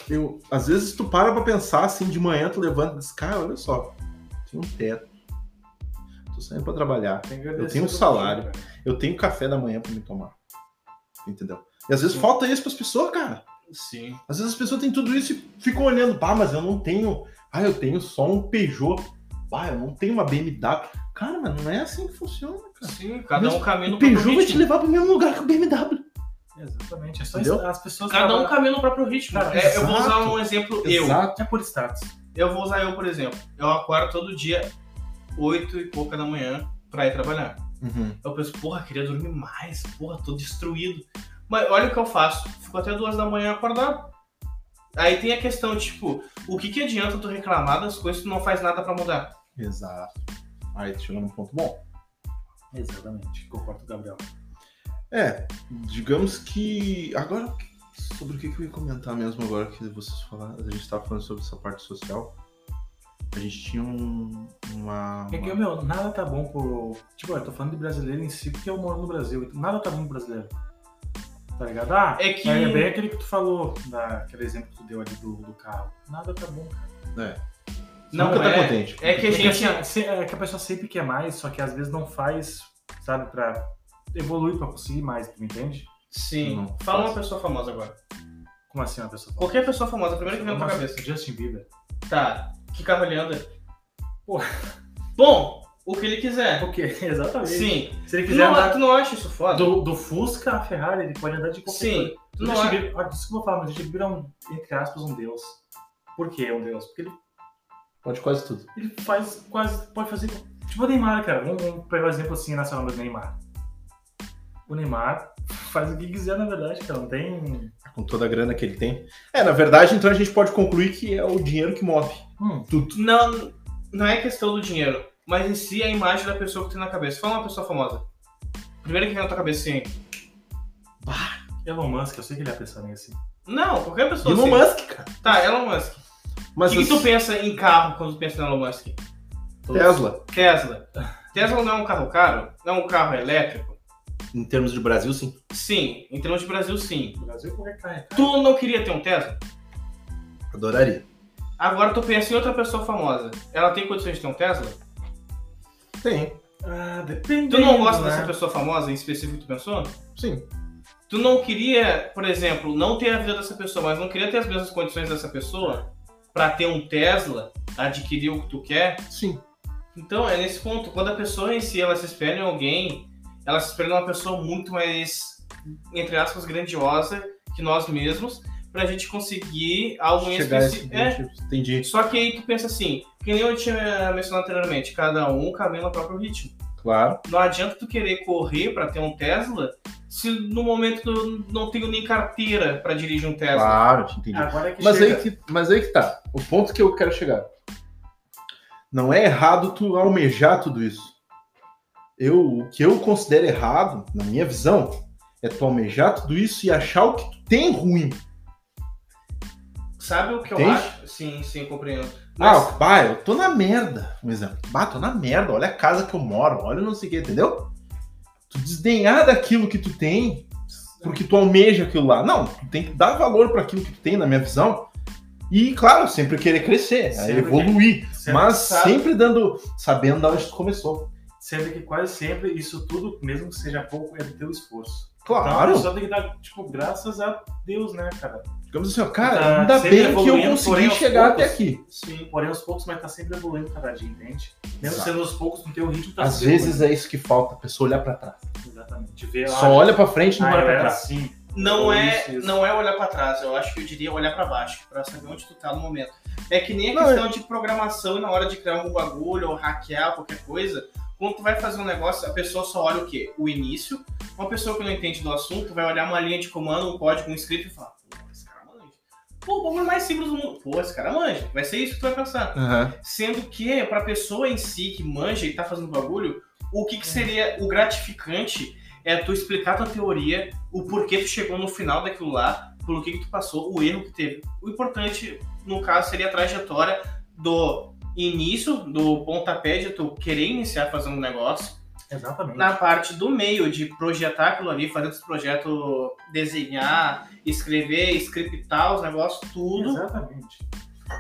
Speaker 1: eu, às vezes tu para pra pensar, assim, de manhã tu levanta e diz, cara, olha só, tem um teto, tô saindo pra trabalhar,
Speaker 3: Tem que agradecer
Speaker 1: Eu tenho um
Speaker 3: todo
Speaker 1: salário.
Speaker 3: mundo, cara.
Speaker 1: eu tenho café da manhã pra me tomar, entendeu? E às vezes falta isso pras pessoas, cara.
Speaker 2: Sim.
Speaker 1: Às vezes as pessoas têm tudo isso e ficam olhando, pá, mas eu não tenho. Ah, eu tenho só um Peugeot. Pá, eu não tenho uma BMW. Cara, mas não é assim que funciona, cara.
Speaker 2: Sim, cada
Speaker 1: Mas
Speaker 2: um caminha no
Speaker 1: O
Speaker 2: próprio
Speaker 1: Peugeot vai te
Speaker 2: ritmo.
Speaker 1: levar pro mesmo lugar que o BMW.
Speaker 3: Exatamente. É só
Speaker 1: Entendeu?
Speaker 3: isso. As pessoas
Speaker 2: Cada um
Speaker 3: trabalham-
Speaker 2: caminha no próprio ritmo.
Speaker 3: Cara,
Speaker 2: É, eu vou usar
Speaker 1: exato.
Speaker 2: um exemplo
Speaker 1: Exato.
Speaker 3: é por status.
Speaker 2: eu. Eu vou usar eu, por exemplo. Eu acordo todo dia, oito e pouca da manhã, pra ir trabalhar.
Speaker 1: Uhum.
Speaker 2: Eu penso, porra, queria dormir mais, porra, tô destruído. Mas olha o que eu faço. Fico até duas da manhã acordado. Aí tem a questão, tipo, o que, que adianta tu reclamar das coisas que tu não faz nada pra mudar?
Speaker 1: Exato. Aí tu chegou num ponto bom.
Speaker 3: Exatamente. Concordo com o Gabriel.
Speaker 1: É, digamos que. Agora, sobre o que que eu ia comentar mesmo agora que vocês falaram? A gente tava falando sobre essa parte social. A gente tinha um. Uma.
Speaker 3: É que,
Speaker 1: uma-
Speaker 3: meu, nada tá bom pro. Tipo, eu tô falando de brasileiro em si porque eu moro no Brasil. então Nada tá bom pro brasileiro. Tá ligado? Ah,
Speaker 2: É que-
Speaker 3: mas é bem aquele que tu falou, daquele exemplo que tu deu ali do, do carro. Nada tá bom, cara.
Speaker 1: É.
Speaker 2: Não
Speaker 1: Nunca
Speaker 2: é.
Speaker 1: tá contente.
Speaker 2: É que a
Speaker 3: É que,
Speaker 2: gente.
Speaker 3: assim, se- é que a pessoa sempre quer mais, só que às vezes não faz, sabe, pra evoluir, pra conseguir mais, tu me entende?
Speaker 2: Sim.
Speaker 1: Não,
Speaker 2: Fala uma
Speaker 1: fácil.
Speaker 2: pessoa famosa agora.
Speaker 3: Como assim uma pessoa fala?
Speaker 2: Qualquer pessoa famosa, a primeira que vem na tua
Speaker 3: Nossa,
Speaker 2: cabeça.
Speaker 3: Justin Bieber.
Speaker 2: Tá. Que carro ele anda?
Speaker 3: Porra.
Speaker 2: Bom, o que ele quiser.
Speaker 3: Ok, exatamente.
Speaker 2: É. Sim.
Speaker 3: Se ele
Speaker 2: Tu
Speaker 3: quiser
Speaker 2: não,
Speaker 3: andar
Speaker 2: tu não acha isso foda?
Speaker 3: do, do Fusca a Ferrari, ele pode andar de qualquer coisa.
Speaker 2: Sim. Tu
Speaker 3: O
Speaker 2: não é-
Speaker 3: Justin
Speaker 2: acha.
Speaker 3: Bieber, ah, desculpa falar, mas o Justin Bieber é um, entre aspas, um deus. Por que é um deus? Porque ele,
Speaker 1: Pode quase tudo.
Speaker 3: ele faz quase, pode fazer, tipo o Neymar, cara. Vamos, vamos pegar o exemplo assim, nacional do Neymar. O Neymar faz o que quiser, na verdade, cara. Não tem...
Speaker 1: com toda a grana que ele tem. É, na verdade, então a gente pode concluir que é o dinheiro que move.
Speaker 3: Hum,
Speaker 1: Tudo.
Speaker 2: Não, não é questão do dinheiro, mas em si a imagem da pessoa que tem na cabeça. Fala uma pessoa famosa. Primeiro que vem na tua cabeça, sim.
Speaker 3: Elon Musk, eu sei que ele é ia pensar nisso.
Speaker 2: Não, qualquer pessoa.
Speaker 1: Elon
Speaker 2: assim.
Speaker 1: Musk, cara.
Speaker 2: Tá, Elon Musk. O
Speaker 1: Mas assim,
Speaker 2: que, que tu
Speaker 1: as-
Speaker 2: pensa em carro quando tu pensa no Elon Musk?
Speaker 1: Tesla,
Speaker 2: Tesla. Tesla não é um carro caro? Não é um carro elétrico?
Speaker 1: em termos de Brasil, sim.
Speaker 2: Sim. Em termos de Brasil, sim.
Speaker 3: No Brasil, qualquer cara é caro.
Speaker 2: Tu não queria ter um Tesla?
Speaker 1: Adoraria.
Speaker 2: Agora tu pensa em outra pessoa famosa. Ela tem condições de ter um Tesla?
Speaker 1: Tem,
Speaker 3: Ah, depende.
Speaker 2: Tu não gosta
Speaker 3: né?
Speaker 2: dessa pessoa famosa em específico que tu pensou?
Speaker 1: sim.
Speaker 2: Tu não queria, por exemplo, não ter a vida dessa pessoa, mas não queria ter as mesmas condições dessa pessoa pra ter um Tesla, adquirir o que tu quer?
Speaker 1: Sim.
Speaker 2: Então é nesse ponto, quando a pessoa em si ela se espelha em alguém, ela se espelha numa pessoa muito mais, entre aspas, grandiosa que nós mesmos, pra gente conseguir algo em
Speaker 1: Chegar a esse
Speaker 2: específico. É,
Speaker 1: objetivo. Entendi.
Speaker 2: Só que aí tu pensa assim, que nem eu tinha mencionado anteriormente, cada um caminha no próprio ritmo.
Speaker 1: Claro.
Speaker 2: Não adianta tu querer correr pra ter um Tesla se no momento tu não tenho nem carteira pra dirigir um Tesla.
Speaker 1: Claro, te entendi.
Speaker 3: Agora é que
Speaker 1: Mas
Speaker 3: chega.
Speaker 1: aí, que, mas aí que tá. O ponto que eu quero chegar. Não é errado tu almejar tudo isso. Eu, o que eu considero errado, na minha visão, é tu almejar tudo isso e achar o que tu tem ruim.
Speaker 2: Sabe o que eu
Speaker 1: Entende?
Speaker 2: acho? Sim, sim, compreendo.
Speaker 1: Ah,
Speaker 2: Mas,
Speaker 1: o- bah, eu tô na merda. Um exemplo. Bah, tô na merda. Olha a casa que eu moro. Olha não sei o que, entendeu? Tu desdenhar daquilo que tu tem porque tu almeja aquilo lá. Não, tu tem que dar valor para aquilo que tu tem, na minha visão. E, claro, sempre querer crescer, né,
Speaker 3: Sempre.
Speaker 1: evoluir.
Speaker 3: Sempre
Speaker 1: mas
Speaker 3: sabe-
Speaker 1: sempre dando, sabendo de onde tu começou.
Speaker 3: Sendo que quase sempre isso tudo, mesmo que seja pouco, é do teu esforço. Então a
Speaker 1: Claro.
Speaker 3: pessoa tem que dar, tipo, graças a Deus, né, cara?
Speaker 1: Digamos assim, ó, cara,
Speaker 3: Tá
Speaker 1: ainda
Speaker 3: sempre
Speaker 1: bem que eu
Speaker 3: evoluindo, porém,
Speaker 1: consegui
Speaker 3: aos
Speaker 1: chegar
Speaker 3: poucos.
Speaker 1: até aqui.
Speaker 2: Sim.
Speaker 3: Porém, aos poucos, mas tá sempre evoluindo cada dia, entende? Mesmo
Speaker 1: Exato.
Speaker 3: sendo aos poucos, no teu ritmo tá
Speaker 1: Às
Speaker 3: sempre
Speaker 1: vezes é isso que falta, a pessoa olhar pra trás.
Speaker 3: evoluindo. Exatamente. Ver,
Speaker 1: Só
Speaker 3: ah,
Speaker 1: olha pra frente e não
Speaker 3: ah,
Speaker 1: olha
Speaker 3: eu
Speaker 1: pra
Speaker 3: era
Speaker 1: trás.
Speaker 3: assim.
Speaker 2: Não é,
Speaker 3: Isso, isso.
Speaker 2: não é olhar pra trás, eu acho que eu diria olhar pra baixo, pra saber onde tu tá no momento. É que nem a
Speaker 1: Não,
Speaker 2: questão de programação e na hora de criar algum bagulho ou hackear qualquer coisa. Quando tu vai fazer um negócio, a pessoa só olha o quê? O início. Uma pessoa que não entende do assunto vai olhar uma linha de comando, um código, um script e falar: Pô, esse cara manja. Pô, o bagulho mais simples do mundo. Pô, esse cara manja. Vai ser isso que tu vai pensar.
Speaker 1: Aham.
Speaker 2: Sendo que, pra pessoa em si que manja e tá fazendo bagulho, o que, que seria o gratificante é tu explicar tua teoria, o porquê tu chegou no final daquilo lá, pelo que, que tu passou, o erro que teve. O importante, no caso, seria a trajetória do início, do pontapé de tu querer iniciar fazendo um negócio,
Speaker 3: Exatamente.
Speaker 2: na parte do meio de projetar aquilo ali, fazer esse projeto, desenhar, escrever, scriptar os negócios, tudo.
Speaker 3: Exatamente.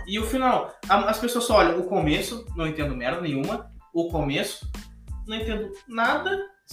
Speaker 2: E o final, a- as pessoas só olham o começo, não entendo merda nenhuma, o começo, não entendo nada,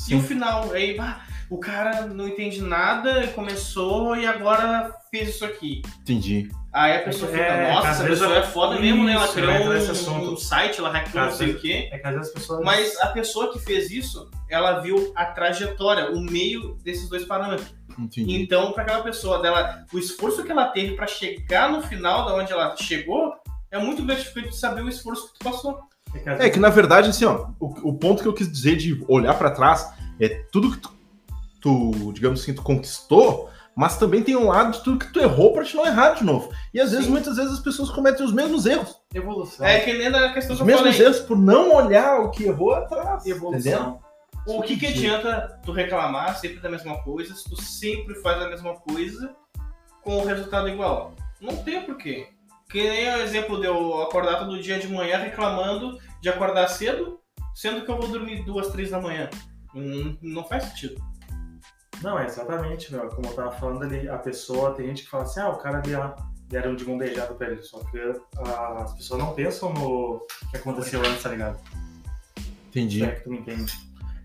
Speaker 2: e o
Speaker 1: Sim.
Speaker 2: final, aí bah, o cara não entende nada, começou e agora fez isso aqui.
Speaker 1: Entendi.
Speaker 2: Aí a pessoa fica,
Speaker 3: É,
Speaker 2: nossa,
Speaker 3: às
Speaker 2: essa
Speaker 3: vezes
Speaker 2: pessoa
Speaker 3: eu-
Speaker 2: é foda mesmo, né? Ela
Speaker 3: Isso,
Speaker 2: criou
Speaker 3: vai entrar nesse
Speaker 2: um,
Speaker 3: assunto.
Speaker 2: um site, ela hackeou não
Speaker 3: Às
Speaker 2: sei
Speaker 3: vezes-
Speaker 2: o quê.
Speaker 3: É que às vezes as pessoas.
Speaker 2: Mas a pessoa que fez isso, ela viu a trajetória, o meio desses dois parâmetros.
Speaker 1: Entendi.
Speaker 2: Então, para aquela pessoa dela, o esforço que ela teve para chegar no final da onde ela chegou é muito gratificante saber o esforço que tu passou.
Speaker 3: É que, às
Speaker 1: É
Speaker 3: vezes-
Speaker 1: que na verdade, assim, ó, o, o ponto que eu quis dizer de olhar pra trás é tudo que tu, tu, digamos assim, tu conquistou, mas também tem um lado de tudo que tu errou pra te não errar de novo. E às vezes,
Speaker 2: Sim.
Speaker 1: muitas vezes, as pessoas cometem os mesmos erros.
Speaker 3: Evolução.
Speaker 2: É que nem na
Speaker 3: Então,
Speaker 2: questão
Speaker 1: Tá. Os
Speaker 2: que eu falei.
Speaker 1: mesmos erros por não olhar o que errou atrás. Entendeu?
Speaker 3: Evolução.
Speaker 2: O que, que
Speaker 1: Sim.
Speaker 2: adianta tu reclamar sempre da mesma coisa se tu sempre faz a mesma coisa com o resultado igual? Não tem porquê. Que nem o exemplo de eu acordar todo dia de manhã reclamando de acordar cedo, sendo que eu vou dormir duas, três da manhã. Hum, não faz sentido.
Speaker 3: Não, é exatamente, meu. Como eu tava falando ali, a pessoa, tem gente que fala assim, ah, o cara deu, deram de mão beijada pra ele. Só que ah, as pessoas não pensam no que aconteceu antes, tá ligado? Se
Speaker 1: Entendi.
Speaker 3: é que tu me entende.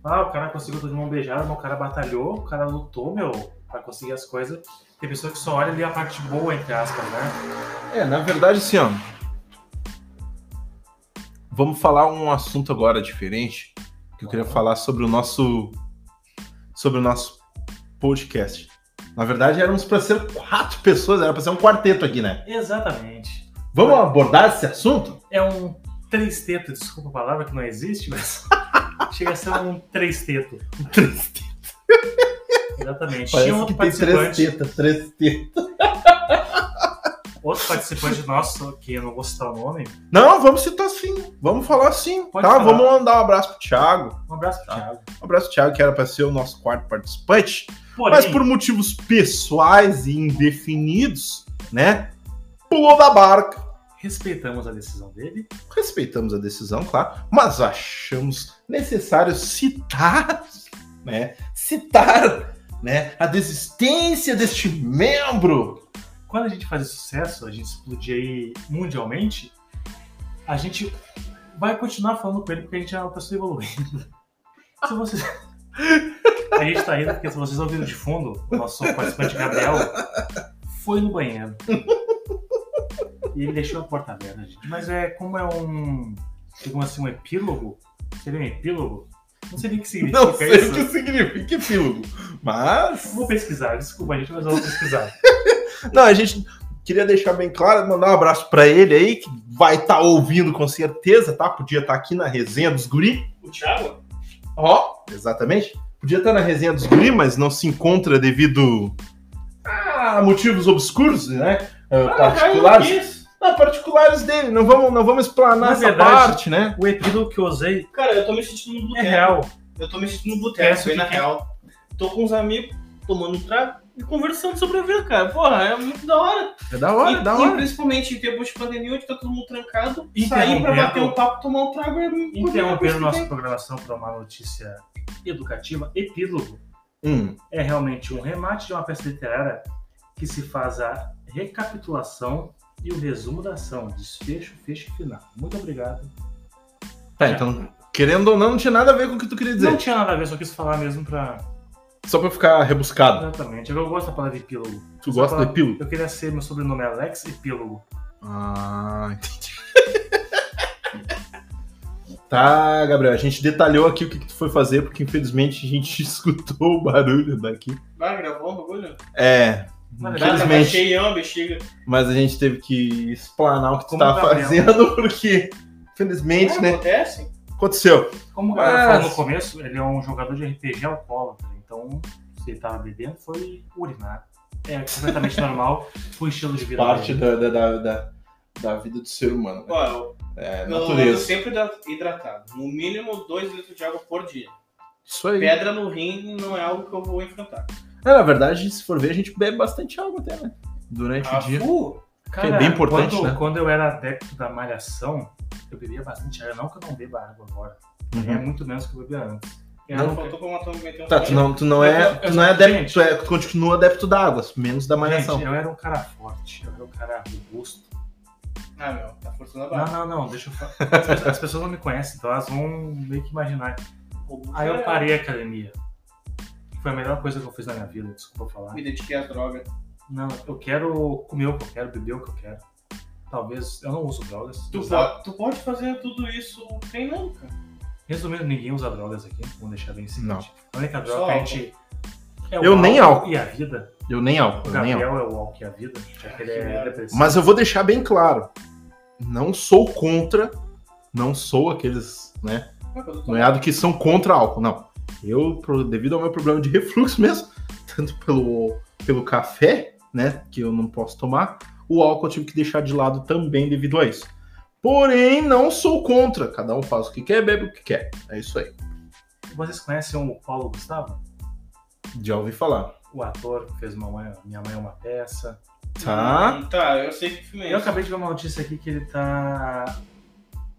Speaker 3: Ah, o cara conseguiu tudo de mão beijada, mas o cara batalhou, o cara lutou, meu, pra conseguir as coisas. Tem pessoa que só olha ali a parte boa, entre aspas, né?
Speaker 1: É, na verdade, assim, ó. Vamos falar um assunto agora diferente. Que eu queria falar sobre o nosso. Sobre o nosso podcast. Na verdade, éramos pra ser quatro pessoas, era pra ser um quarteto aqui, né?
Speaker 3: Exatamente.
Speaker 1: Vamos abordar esse assunto?
Speaker 3: É um tristeto, desculpa a palavra que não existe, mas chega a ser um tristeto. Exatamente. Tinha
Speaker 1: Parece
Speaker 3: outro
Speaker 1: que tem três
Speaker 3: participante,
Speaker 1: tetas, três tetas.
Speaker 3: outro participante nosso, que eu não vou citar o nome.
Speaker 1: Não, vamos citar sim. Vamos falar sim.
Speaker 3: Pode
Speaker 1: tá,
Speaker 3: falar.
Speaker 1: vamos mandar um abraço pro Thiago.
Speaker 3: Um abraço pro
Speaker 1: Tá.
Speaker 3: Thiago.
Speaker 1: Um abraço pro Thiago, que era pra ser o nosso quarto participante.
Speaker 3: Porém,
Speaker 1: Mas por motivos pessoais e indefinidos, né? Pulou da barca.
Speaker 3: respeitamos a decisão dele.
Speaker 1: Respeitamos a decisão, claro, mas achamos necessário citar, né? Citar, né? A desistência deste membro.
Speaker 3: Quando a gente fazer sucesso, a gente explodir aí mundialmente, a gente vai continuar falando com ele porque a gente é uma pessoa evoluindo. Se vocês... A gente tá indo porque se vocês ouviram de fundo, o nosso participante Gabriel foi no banheiro. E ele deixou a porta aberta, gente. Mas é como é um. Digamos assim, um epílogo? Seria um epílogo? Não sei nem o que significa
Speaker 1: Não sei
Speaker 3: isso.
Speaker 1: o que significa epílogo, mas.
Speaker 3: Vou pesquisar, desculpa, gente, mas eu vou pesquisar.
Speaker 1: Não, a gente queria deixar bem claro, mandar um abraço pra ele aí, que vai estar ouvindo com certeza, tá? Podia estar aqui na resenha dos guri.
Speaker 2: O Thiago?
Speaker 1: Ó, exatamente. Podia estar na resenha dos guri, mas não se encontra devido a motivos obscuros, né? Ah, particulares. Ah, particulares dele. Não vamos, não vamos explanar
Speaker 3: Na
Speaker 1: essa
Speaker 3: verdade,
Speaker 1: parte, né?
Speaker 3: O epílogo que eu usei
Speaker 2: Cara, eu tô me sentindo no
Speaker 3: é
Speaker 2: boteco.
Speaker 3: real.
Speaker 2: Eu tô me sentindo no
Speaker 3: Peço
Speaker 2: boteco, bem
Speaker 3: que
Speaker 2: na
Speaker 3: quem-
Speaker 2: real. Tô com uns amigos tomando um trago e conversando sobre a vida, cara. Porra, é muito da hora.
Speaker 1: É da
Speaker 2: e, e principalmente em tempos de pandemia, onde tá todo mundo trancado, sair pra
Speaker 3: Interrompendo.
Speaker 2: bater um papo, tomar um trago é muito
Speaker 3: Interrompendo nossa programação para uma notícia educativa, epílogo
Speaker 1: Hum,
Speaker 3: é realmente um remate de uma peça literária que se faz a recapitulação e o resumo da ação, desfecho, fecho e final. Muito obrigado.
Speaker 1: Tá,
Speaker 3: Já.
Speaker 1: então, querendo ou não, não tinha nada a ver com o que tu queria dizer.
Speaker 3: Não tinha nada a ver, só quis falar mesmo pra.
Speaker 1: Só pra ficar rebuscado.
Speaker 3: Exatamente. Eu gosto da palavra epílogo.
Speaker 1: Tu gosta
Speaker 3: falar-
Speaker 1: do epílogo?
Speaker 3: Eu queria ser, meu sobrenome é Alex Epílogo.
Speaker 1: Ah, entendi. tá, Gabriel, a gente detalhou aqui o que, que tu foi fazer, porque infelizmente a gente escutou o barulho daqui.
Speaker 2: Vai, gravou um bagulho?
Speaker 1: É,
Speaker 3: Na verdade,
Speaker 2: Nada,
Speaker 1: infelizmente,
Speaker 2: baixei uma bexiga.
Speaker 1: mas a gente teve que explanar o que tu
Speaker 3: Como
Speaker 1: tava
Speaker 3: Gabriel.
Speaker 1: fazendo, porque infelizmente,
Speaker 2: tá
Speaker 1: né,
Speaker 2: É, Acontece?
Speaker 1: aconteceu.
Speaker 3: Como o Gabriel
Speaker 1: Mas-
Speaker 3: falou no começo, ele é um jogador de RPG alcoólatra. Então, se ele tava bebendo, foi urinar. É completamente normal o estilo de vida
Speaker 1: Parte
Speaker 3: dele.
Speaker 1: da, da, da, da- da vida do ser humano, né?
Speaker 2: Ó,
Speaker 1: É,
Speaker 2: eu, eu ando
Speaker 1: natureza.
Speaker 2: sempre hidra- hidratado. No mínimo 2 litros de água por dia.
Speaker 1: Isso aí.
Speaker 2: Pedra no rim não é algo que eu vou enfrentar.
Speaker 1: É, na verdade, se for ver, a gente bebe bastante água até, né? Durante o dia.
Speaker 2: Ah, Fu,
Speaker 1: é bem importante,
Speaker 3: quando,
Speaker 1: né?
Speaker 3: quando eu era adepto da malhação, eu bebia bastante água. Não que eu não beba água agora. É
Speaker 1: Uhum.
Speaker 3: muito menos que eu bebia antes. Eu
Speaker 1: Não.
Speaker 3: nunca-
Speaker 2: faltou pra matar meter um
Speaker 1: Tá, tu
Speaker 2: tiro.
Speaker 1: não, tu não é, tu não é adepto, tu, é, tu continua adepto da água, menos da malhação.
Speaker 3: Gente, eu era um cara forte, eu era um cara robusto.
Speaker 2: Ah, meu, tá forçando a
Speaker 3: Não,
Speaker 2: barra.
Speaker 3: não, não, deixa eu falar. As pessoas- As pessoas não me conhecem, então elas vão meio que imaginar.
Speaker 2: Robusto
Speaker 3: Aí
Speaker 2: é-
Speaker 3: eu parei a academia. Foi a melhor coisa que eu fiz na minha vida, desculpa falar.
Speaker 2: Me dediquei às drogas.
Speaker 3: Não, eu quero comer o que eu quero, beber o que eu quero. Talvez, eu não uso drogas.
Speaker 2: Tu,
Speaker 3: Usar-
Speaker 2: po- tu pode fazer tudo isso treinando, cara.
Speaker 3: Resumindo, ninguém usa drogas aqui, vamos deixar bem simples.
Speaker 1: Não.
Speaker 3: A única droga
Speaker 2: Só
Speaker 3: que a
Speaker 2: álcool.
Speaker 3: gente... é
Speaker 1: Eu nem álcool.
Speaker 3: E a vida.
Speaker 1: Eu nem álcool,
Speaker 3: O
Speaker 1: eu nem álcool.
Speaker 3: Gabriel é o álcool e a vida, já que ele
Speaker 2: Que
Speaker 3: é
Speaker 2: merda.
Speaker 3: depressivo.
Speaker 1: Mas eu vou deixar bem claro, não sou contra, não sou aqueles, né,
Speaker 2: Ué, quando eu tô-
Speaker 1: noiado que são contra álcool, não. Eu, pro- devido ao meu problema de refluxo mesmo, tanto pelo, pelo café, né, que eu não posso tomar, o álcool eu tive que deixar de lado também devido a isso. Porém, não sou contra, cada um faz o que quer, bebe o que quer, é isso aí.
Speaker 3: Vocês conhecem o Paulo Gustavo?
Speaker 1: Já ouvi falar.
Speaker 3: O ator que fez Mamãe- Minha Mãe é uma Peça.
Speaker 1: Tá.
Speaker 2: Hum, Tá, eu sei que filme é
Speaker 3: Eu
Speaker 2: esse.
Speaker 3: acabei de ver uma notícia aqui que ele tá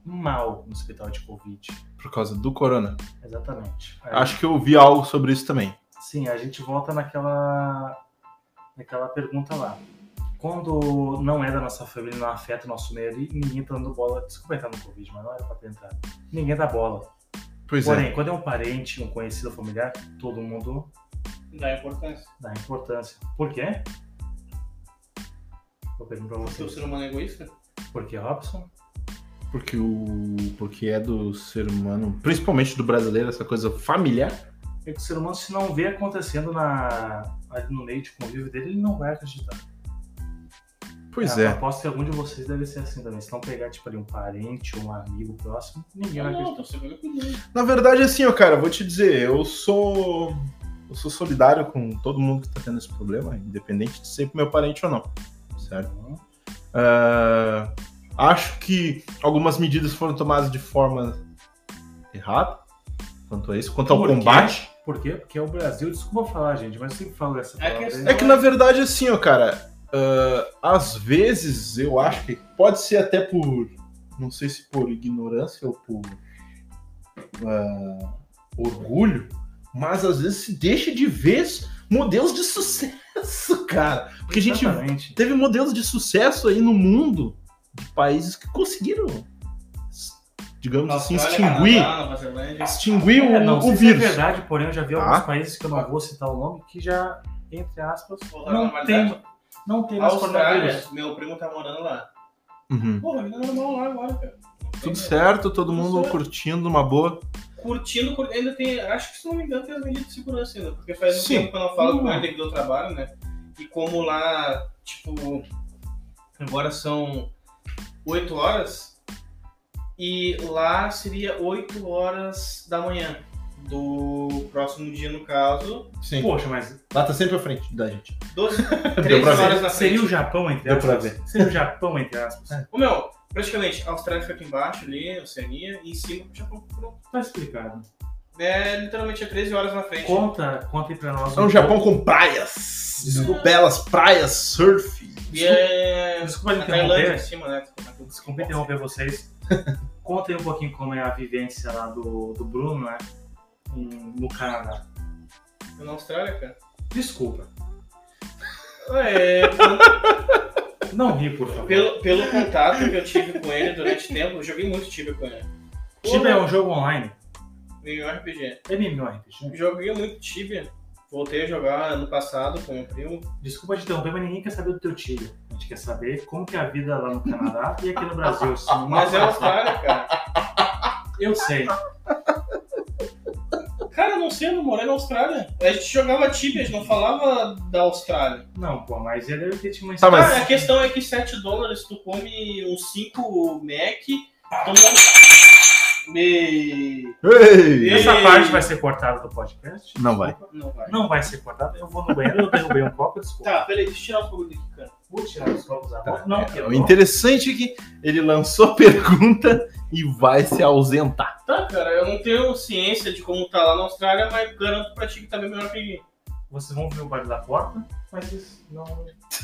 Speaker 3: mal no hospital de Covid.
Speaker 1: Por causa do corona.
Speaker 3: Exatamente. Aí-
Speaker 1: Acho que eu ouvi algo sobre isso também.
Speaker 3: Sim, a gente volta naquela, naquela pergunta lá. Quando não é da nossa família, não afeta o nosso meio ali, ninguém tá dando bola. Desculpa entrar no Covid, mas não era pra ter entrado. Ninguém dá bola.
Speaker 1: Pois é.
Speaker 3: Porém, quando é um parente, um conhecido familiar, todo mundo
Speaker 2: Dá importância.
Speaker 3: dá importância. Por quê? Vou perguntar pra
Speaker 2: Porque o
Speaker 3: vocês.
Speaker 2: ser humano é egoísta?
Speaker 3: Por que, Robson?
Speaker 1: Porque o. Porque é do ser humano, principalmente do brasileiro, essa coisa familiar.
Speaker 3: É que o ser humano, se não vê acontecendo na, ali no meio de convívio dele, ele não vai acreditar.
Speaker 1: Pois
Speaker 3: Ah,
Speaker 1: é.
Speaker 3: Aposto que algum de vocês deve ser assim também. Se não pegar, tipo, ali um parente, um amigo próximo, ninguém vai
Speaker 2: Não, não,
Speaker 3: acreditar.
Speaker 2: tô segurando com Deus.
Speaker 1: Na verdade, assim, ó, cara, eu vou te dizer, eu sou. Eu sou solidário com todo mundo que tá tendo esse problema, independente de ser meu parente ou não. Certo?
Speaker 3: Então,
Speaker 1: Ah, acho que algumas medidas foram tomadas de forma errada. Quanto a isso, quanto ao
Speaker 3: Por quê?
Speaker 1: combate.
Speaker 3: Por quê? Porque é o Brasil, desculpa falar, gente, mas eu sempre falo dessa
Speaker 2: É
Speaker 3: palavra. né?
Speaker 2: que-
Speaker 3: aí.
Speaker 1: É que na verdade, assim, ó, cara, ah, às vezes eu acho que pode ser até por. Não sei se por ignorância ou por ah, orgulho, mas às vezes se deixa de vez modelos de sucesso, cara. Porque a gente
Speaker 3: Exatamente.
Speaker 1: teve modelos de sucesso aí no mundo de países que conseguiram, s- digamos assim,
Speaker 2: Austrália,
Speaker 1: extinguir,
Speaker 2: Canadá, Nova Zelândia.
Speaker 1: extinguir
Speaker 3: É,
Speaker 1: o,
Speaker 3: não
Speaker 1: o
Speaker 3: sei se é
Speaker 1: vírus.
Speaker 3: verdade, porém eu já vi
Speaker 1: Tá.
Speaker 3: alguns países que eu não vou citar o nome, que já, entre aspas,
Speaker 2: Voltar à
Speaker 3: não
Speaker 2: normalidade.
Speaker 3: tem, não tem mais coronavírus.
Speaker 2: Austrália, meu primo tá morando lá.
Speaker 1: Uhum.
Speaker 2: Porra, vida é normal lá agora, cara. Não tem
Speaker 1: Tudo
Speaker 2: nada.
Speaker 1: certo, todo mundo
Speaker 3: é-
Speaker 2: certo.
Speaker 1: curtindo, uma boa.
Speaker 2: Curtindo, cur- ainda tem. Acho que se não me engano tem as medidas de segurança ainda. Porque faz
Speaker 1: Sim. é.
Speaker 2: um tempo que eu não falo com
Speaker 3: Hum.
Speaker 2: ele devido ao trabalho, né? E como lá, tipo, agora são 8 horas, e lá seria 8 horas da manhã. Do próximo dia, no caso.
Speaker 1: Sim.
Speaker 3: Poxa, mas
Speaker 1: Lá tá sempre à frente da gente.
Speaker 2: 12,
Speaker 1: Deu
Speaker 2: 13
Speaker 1: pra ver.
Speaker 2: horas na frente.
Speaker 3: seria o Japão, entre
Speaker 1: Deu pra É.
Speaker 3: aspas? Seria o Japão, entre aspas?
Speaker 2: Ô, meu, praticamente, a Austrália fica aqui embaixo ali, a Oceania, e em cima o Japão. Pronto.
Speaker 3: Tá explicado.
Speaker 2: É literalmente é 13 horas na frente.
Speaker 3: Conta, conta aí pra
Speaker 1: É
Speaker 3: nós.
Speaker 1: um
Speaker 3: pouco.
Speaker 1: Japão com praias.
Speaker 3: Desculpa.
Speaker 1: Belas praias, surf.
Speaker 2: E é.
Speaker 3: Desculpa
Speaker 2: A
Speaker 3: interromper.
Speaker 2: Tailândia em cima, né?
Speaker 3: Desculpa interromper vocês. Conta aí um pouquinho como é a vivência lá do, do Bruno, né? em- no Canadá.
Speaker 2: Na Austrália, cara.
Speaker 3: Desculpa.
Speaker 2: É.
Speaker 3: Não ri, por favor.
Speaker 2: Ah, Pelo, pelo contato que eu tive com ele durante tempo, eu joguei muito Tibia com ele.
Speaker 3: Tibia é um jogo online. É
Speaker 2: Nenhum RPG.
Speaker 3: MMORPG.
Speaker 2: Joguei muito Tibia. Voltei a jogar ano passado com o primo.
Speaker 3: Desculpa te interromper, mas ninguém quer saber do teu Tibia. A gente quer saber como que é a vida lá no Canadá e aqui no Brasil. assim, numa
Speaker 2: Mas é o
Speaker 3: frase.
Speaker 2: cara, cara.
Speaker 3: Eu sei.
Speaker 2: Cara, não sei, eu não morei na Austrália. A gente jogava Tibia, a gente não falava da Austrália.
Speaker 3: Não, pô, mas ele é deve ter te
Speaker 1: Tá,
Speaker 3: mostrado.
Speaker 1: mas-
Speaker 2: Cara, a questão é que 7 dólares tu come uns 5 Mac, toma um. Me...
Speaker 1: Ei!
Speaker 3: Essa parte vai ser cortada do podcast?
Speaker 1: Não vai.
Speaker 2: Não vai.
Speaker 3: Não vai ser cortada. Eu vou no banheiro, eu derrubei um copo, desculpa.
Speaker 2: Tá, peraí, deixa eu tirar o fogo daqui, cara.
Speaker 3: Vou tirar os copos da boca.
Speaker 2: É,
Speaker 3: Não,
Speaker 1: O
Speaker 3: quero.
Speaker 1: interessante é que ele lançou a pergunta e vai se ausentar.
Speaker 2: Tá, cara, eu não tenho ciência de como tá lá na Austrália, mas garanto pra ti que tá bem melhor que mim.
Speaker 3: Vocês vão ouvir o barulho da porta, mas isso não.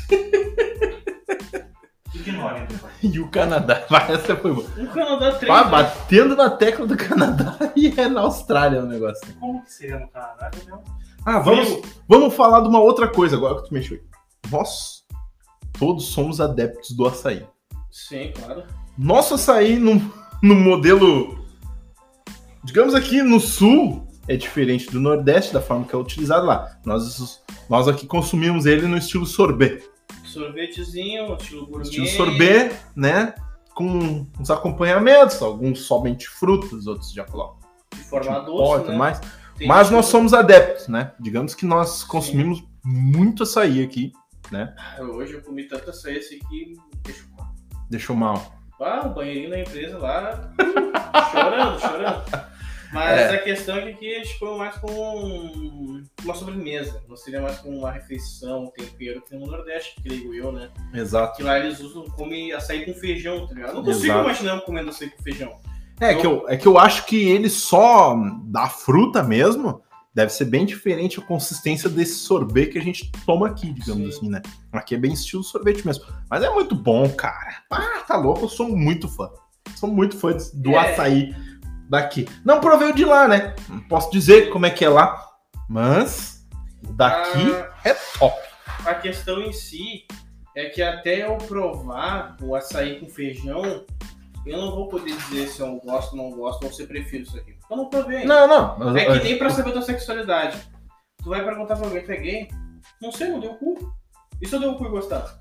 Speaker 3: Ignorem, então.
Speaker 1: E o Canadá. Vai, Essa foi boa.
Speaker 2: No Canadá, três.
Speaker 1: Pá,
Speaker 2: né?
Speaker 1: batendo na tecla do Canadá e é na Austrália o negócio.
Speaker 3: Como que seria no né? Canadá, entendeu?
Speaker 1: Ah, vamos, vamos falar de uma outra coisa agora que tu mexeu aí. Nós todos somos adeptos do açaí.
Speaker 2: Sim, claro.
Speaker 1: Nosso açaí no, no modelo. Digamos aqui no sul é diferente do Nordeste, da forma que é utilizado lá. Nós, nós aqui consumimos ele no estilo sorbet.
Speaker 2: Sorvetezinho, estilo gourmet.
Speaker 1: Estilo sorbet, né? Com uns acompanhamentos, alguns somente frutas, outros já colocam. tipo
Speaker 2: De forma
Speaker 1: pó e
Speaker 2: doce,
Speaker 1: tudo
Speaker 2: né?
Speaker 1: mais.
Speaker 2: Tem
Speaker 1: Mas
Speaker 2: tipo-
Speaker 1: nós somos adeptos, né? Digamos que nós consumimos muito açaí aqui.
Speaker 2: Cara, Ah, hoje eu comi tanta açaí assim que... Deixa eu...
Speaker 1: Deixou mal.
Speaker 2: Ah, o banheirinho da empresa lá... chorando, chorando. Mas
Speaker 1: É.
Speaker 2: a questão é que aqui a gente come mais com uma sobremesa. Não seria mais com uma refeição, um tempero, que tem no Nordeste, creio eu, né?
Speaker 1: Exato.
Speaker 2: Que lá eles usam, comem açaí com feijão, tá ligado? Eu não consigo
Speaker 1: Exato.
Speaker 2: imaginar eu comendo açaí com feijão.
Speaker 1: É que, eu, é que eu acho que ele só dá fruta mesmo. Deve ser bem diferente a consistência desse sorvete que a gente toma aqui, digamos
Speaker 2: Sim.
Speaker 1: assim, né? Aqui é bem estilo sorvete mesmo. Mas é muito bom, cara. Ah, tá louco, eu sou muito fã. Sou muito fã des- do
Speaker 2: É.
Speaker 1: açaí daqui. Não provei o de lá, né? Não posso dizer como é que é lá. Mas o daqui
Speaker 2: Ah,
Speaker 1: é top.
Speaker 2: a questão em si é que até eu provar o açaí com feijão, eu não vou poder dizer se eu gosto, não gosto, ou se eu prefiro isso aqui. Eu não provei. ainda.
Speaker 1: Não, não. mas-
Speaker 2: É que nem pra saber da sexualidade. Tu vai perguntar pra alguém que é gay? Não sei, não deu cu. E se eu deu cu e gostar?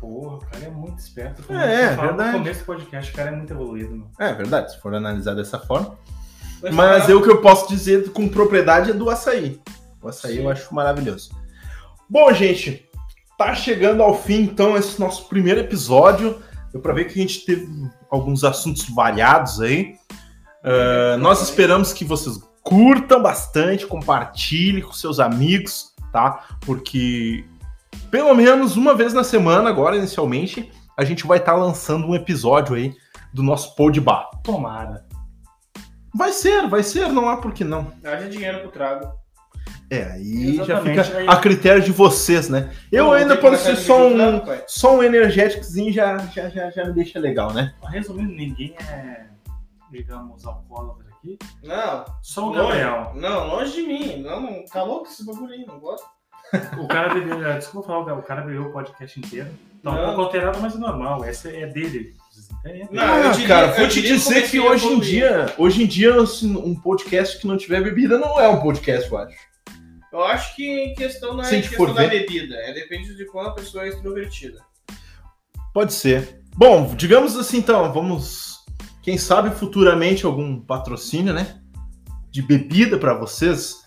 Speaker 3: Porra, o cara é muito esperto.
Speaker 1: É, é
Speaker 3: fala
Speaker 1: verdade.
Speaker 3: No começo do podcast, o cara é muito evoluído, mano.
Speaker 1: É verdade, se for analisar dessa forma.
Speaker 2: Mas,
Speaker 1: Mas
Speaker 2: cara,
Speaker 1: eu o que eu posso dizer com propriedade é do açaí. O açaí
Speaker 2: Sim.
Speaker 1: eu acho maravilhoso. Bom, gente, tá chegando ao fim então esse nosso primeiro episódio. Deu pra ver que a gente teve alguns assuntos variados aí. Ah, nós esperamos que vocês curtam bastante, compartilhem com seus amigos, tá? Porque pelo menos uma vez na semana, agora inicialmente, a gente vai estar lançando um episódio aí do nosso Pod Bar.
Speaker 3: Tomara.
Speaker 1: Vai ser, vai ser, não há por que não.
Speaker 2: Haja dinheiro pro trago.
Speaker 1: É, aí
Speaker 3: Exatamente,
Speaker 1: já fica
Speaker 3: aí-
Speaker 1: a critério de vocês, né? Eu
Speaker 2: não
Speaker 1: ainda
Speaker 2: tem
Speaker 1: posso
Speaker 2: como é
Speaker 1: ser
Speaker 2: achar
Speaker 1: só
Speaker 2: dinheiro pro
Speaker 1: um,
Speaker 2: trago, pai.
Speaker 1: só um energéticozinho já, já, já, já me deixa legal, né?
Speaker 3: Resumindo, ninguém é, digamos, alcoólatra aqui.
Speaker 2: Não,
Speaker 3: Só o
Speaker 2: Não é.
Speaker 3: Gabriel.
Speaker 2: não, longe de mim. Não, tá louco esse bagulho aí, não gosto.
Speaker 3: O cara bebeu, é, desculpa falar, Gabriel, o cara bebeu o podcast inteiro. Tá um
Speaker 2: Não.
Speaker 3: pouco alterado, mas é normal. Esse é dele. Vocês entendem?
Speaker 2: Não,
Speaker 1: Ah,
Speaker 2: eu diria- eu diria como é que eu evoluí.
Speaker 1: hoje em dia, se um podcast que não tiver bebida não é um podcast, eu acho.
Speaker 2: Eu acho que em questão não é
Speaker 1: Se a gente
Speaker 2: questão
Speaker 1: for
Speaker 2: da
Speaker 1: ver-
Speaker 2: bebida, é depende de quando a pessoa é extrovertida.
Speaker 1: Pode ser. Bom, digamos assim então, vamos. Quem sabe futuramente algum patrocínio, né? De bebida pra vocês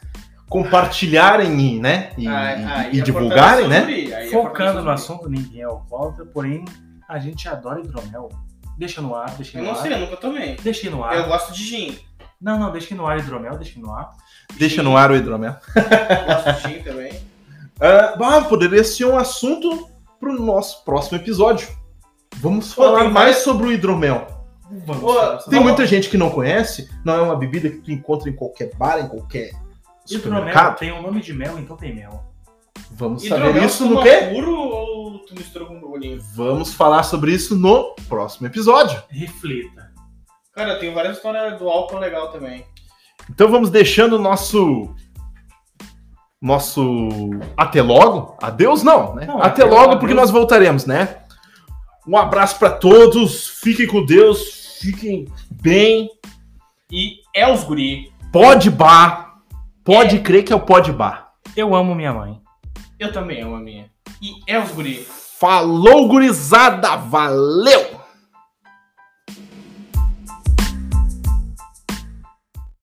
Speaker 1: compartilharem, né? E, e- e
Speaker 2: é
Speaker 1: divulgarem,
Speaker 2: fortalecer
Speaker 1: né?
Speaker 2: o guri, aí é fortalecer
Speaker 3: Focando
Speaker 2: o
Speaker 3: no
Speaker 2: guri.
Speaker 3: assunto, ninguém é alcoólatra, porém, a gente adora hidromel. Deixa no ar, deixa
Speaker 2: Eu
Speaker 3: no
Speaker 2: não
Speaker 3: ar.
Speaker 2: sei, eu nunca tomei.
Speaker 3: Deixei no
Speaker 2: Eu
Speaker 3: ar.
Speaker 2: gosto de gin.
Speaker 3: Não, não, deixei no ar hidromel, deixei no ar.
Speaker 1: Deixa no ar o hidromel.
Speaker 2: Eu gosto de gin também.
Speaker 1: Ah, bah, poderia ser um assunto para o nosso próximo episódio. Vamos
Speaker 2: Pô,
Speaker 1: falar
Speaker 2: tem
Speaker 1: mais sobre o hidromel.
Speaker 3: Vamos,
Speaker 2: Pô,
Speaker 3: cara,
Speaker 1: Tem
Speaker 3: vamos.
Speaker 1: muita gente que não conhece, não é uma bebida que tu encontra em qualquer bar, em qualquer
Speaker 3: Hidromel
Speaker 1: supermercado.
Speaker 3: tem o nome de mel, então tem mel.
Speaker 1: Vamos saber
Speaker 2: Hidromel,
Speaker 1: isso
Speaker 2: tu
Speaker 1: no
Speaker 2: toma
Speaker 1: quê?
Speaker 2: puro ou tu misturou com um bolinho?
Speaker 1: Vamos falar sobre isso no próximo episódio.
Speaker 3: Reflita.
Speaker 2: Cara, eu tenho várias histórias do álcool legal também.
Speaker 1: Então vamos deixando o nosso nosso até logo. Adeus não, né?
Speaker 3: Não,
Speaker 1: até
Speaker 3: até
Speaker 1: logo
Speaker 3: adeus.
Speaker 1: porque nós voltaremos, né? Um abraço para todos. Fiquem com Deus. Fiquem bem.
Speaker 2: E é os guri.
Speaker 1: Pode bar. Pode crer que é o pode bar.
Speaker 3: Eu amo minha mãe.
Speaker 2: Eu também amo a minha. E é os guri.
Speaker 1: Falou gurizada, valeu.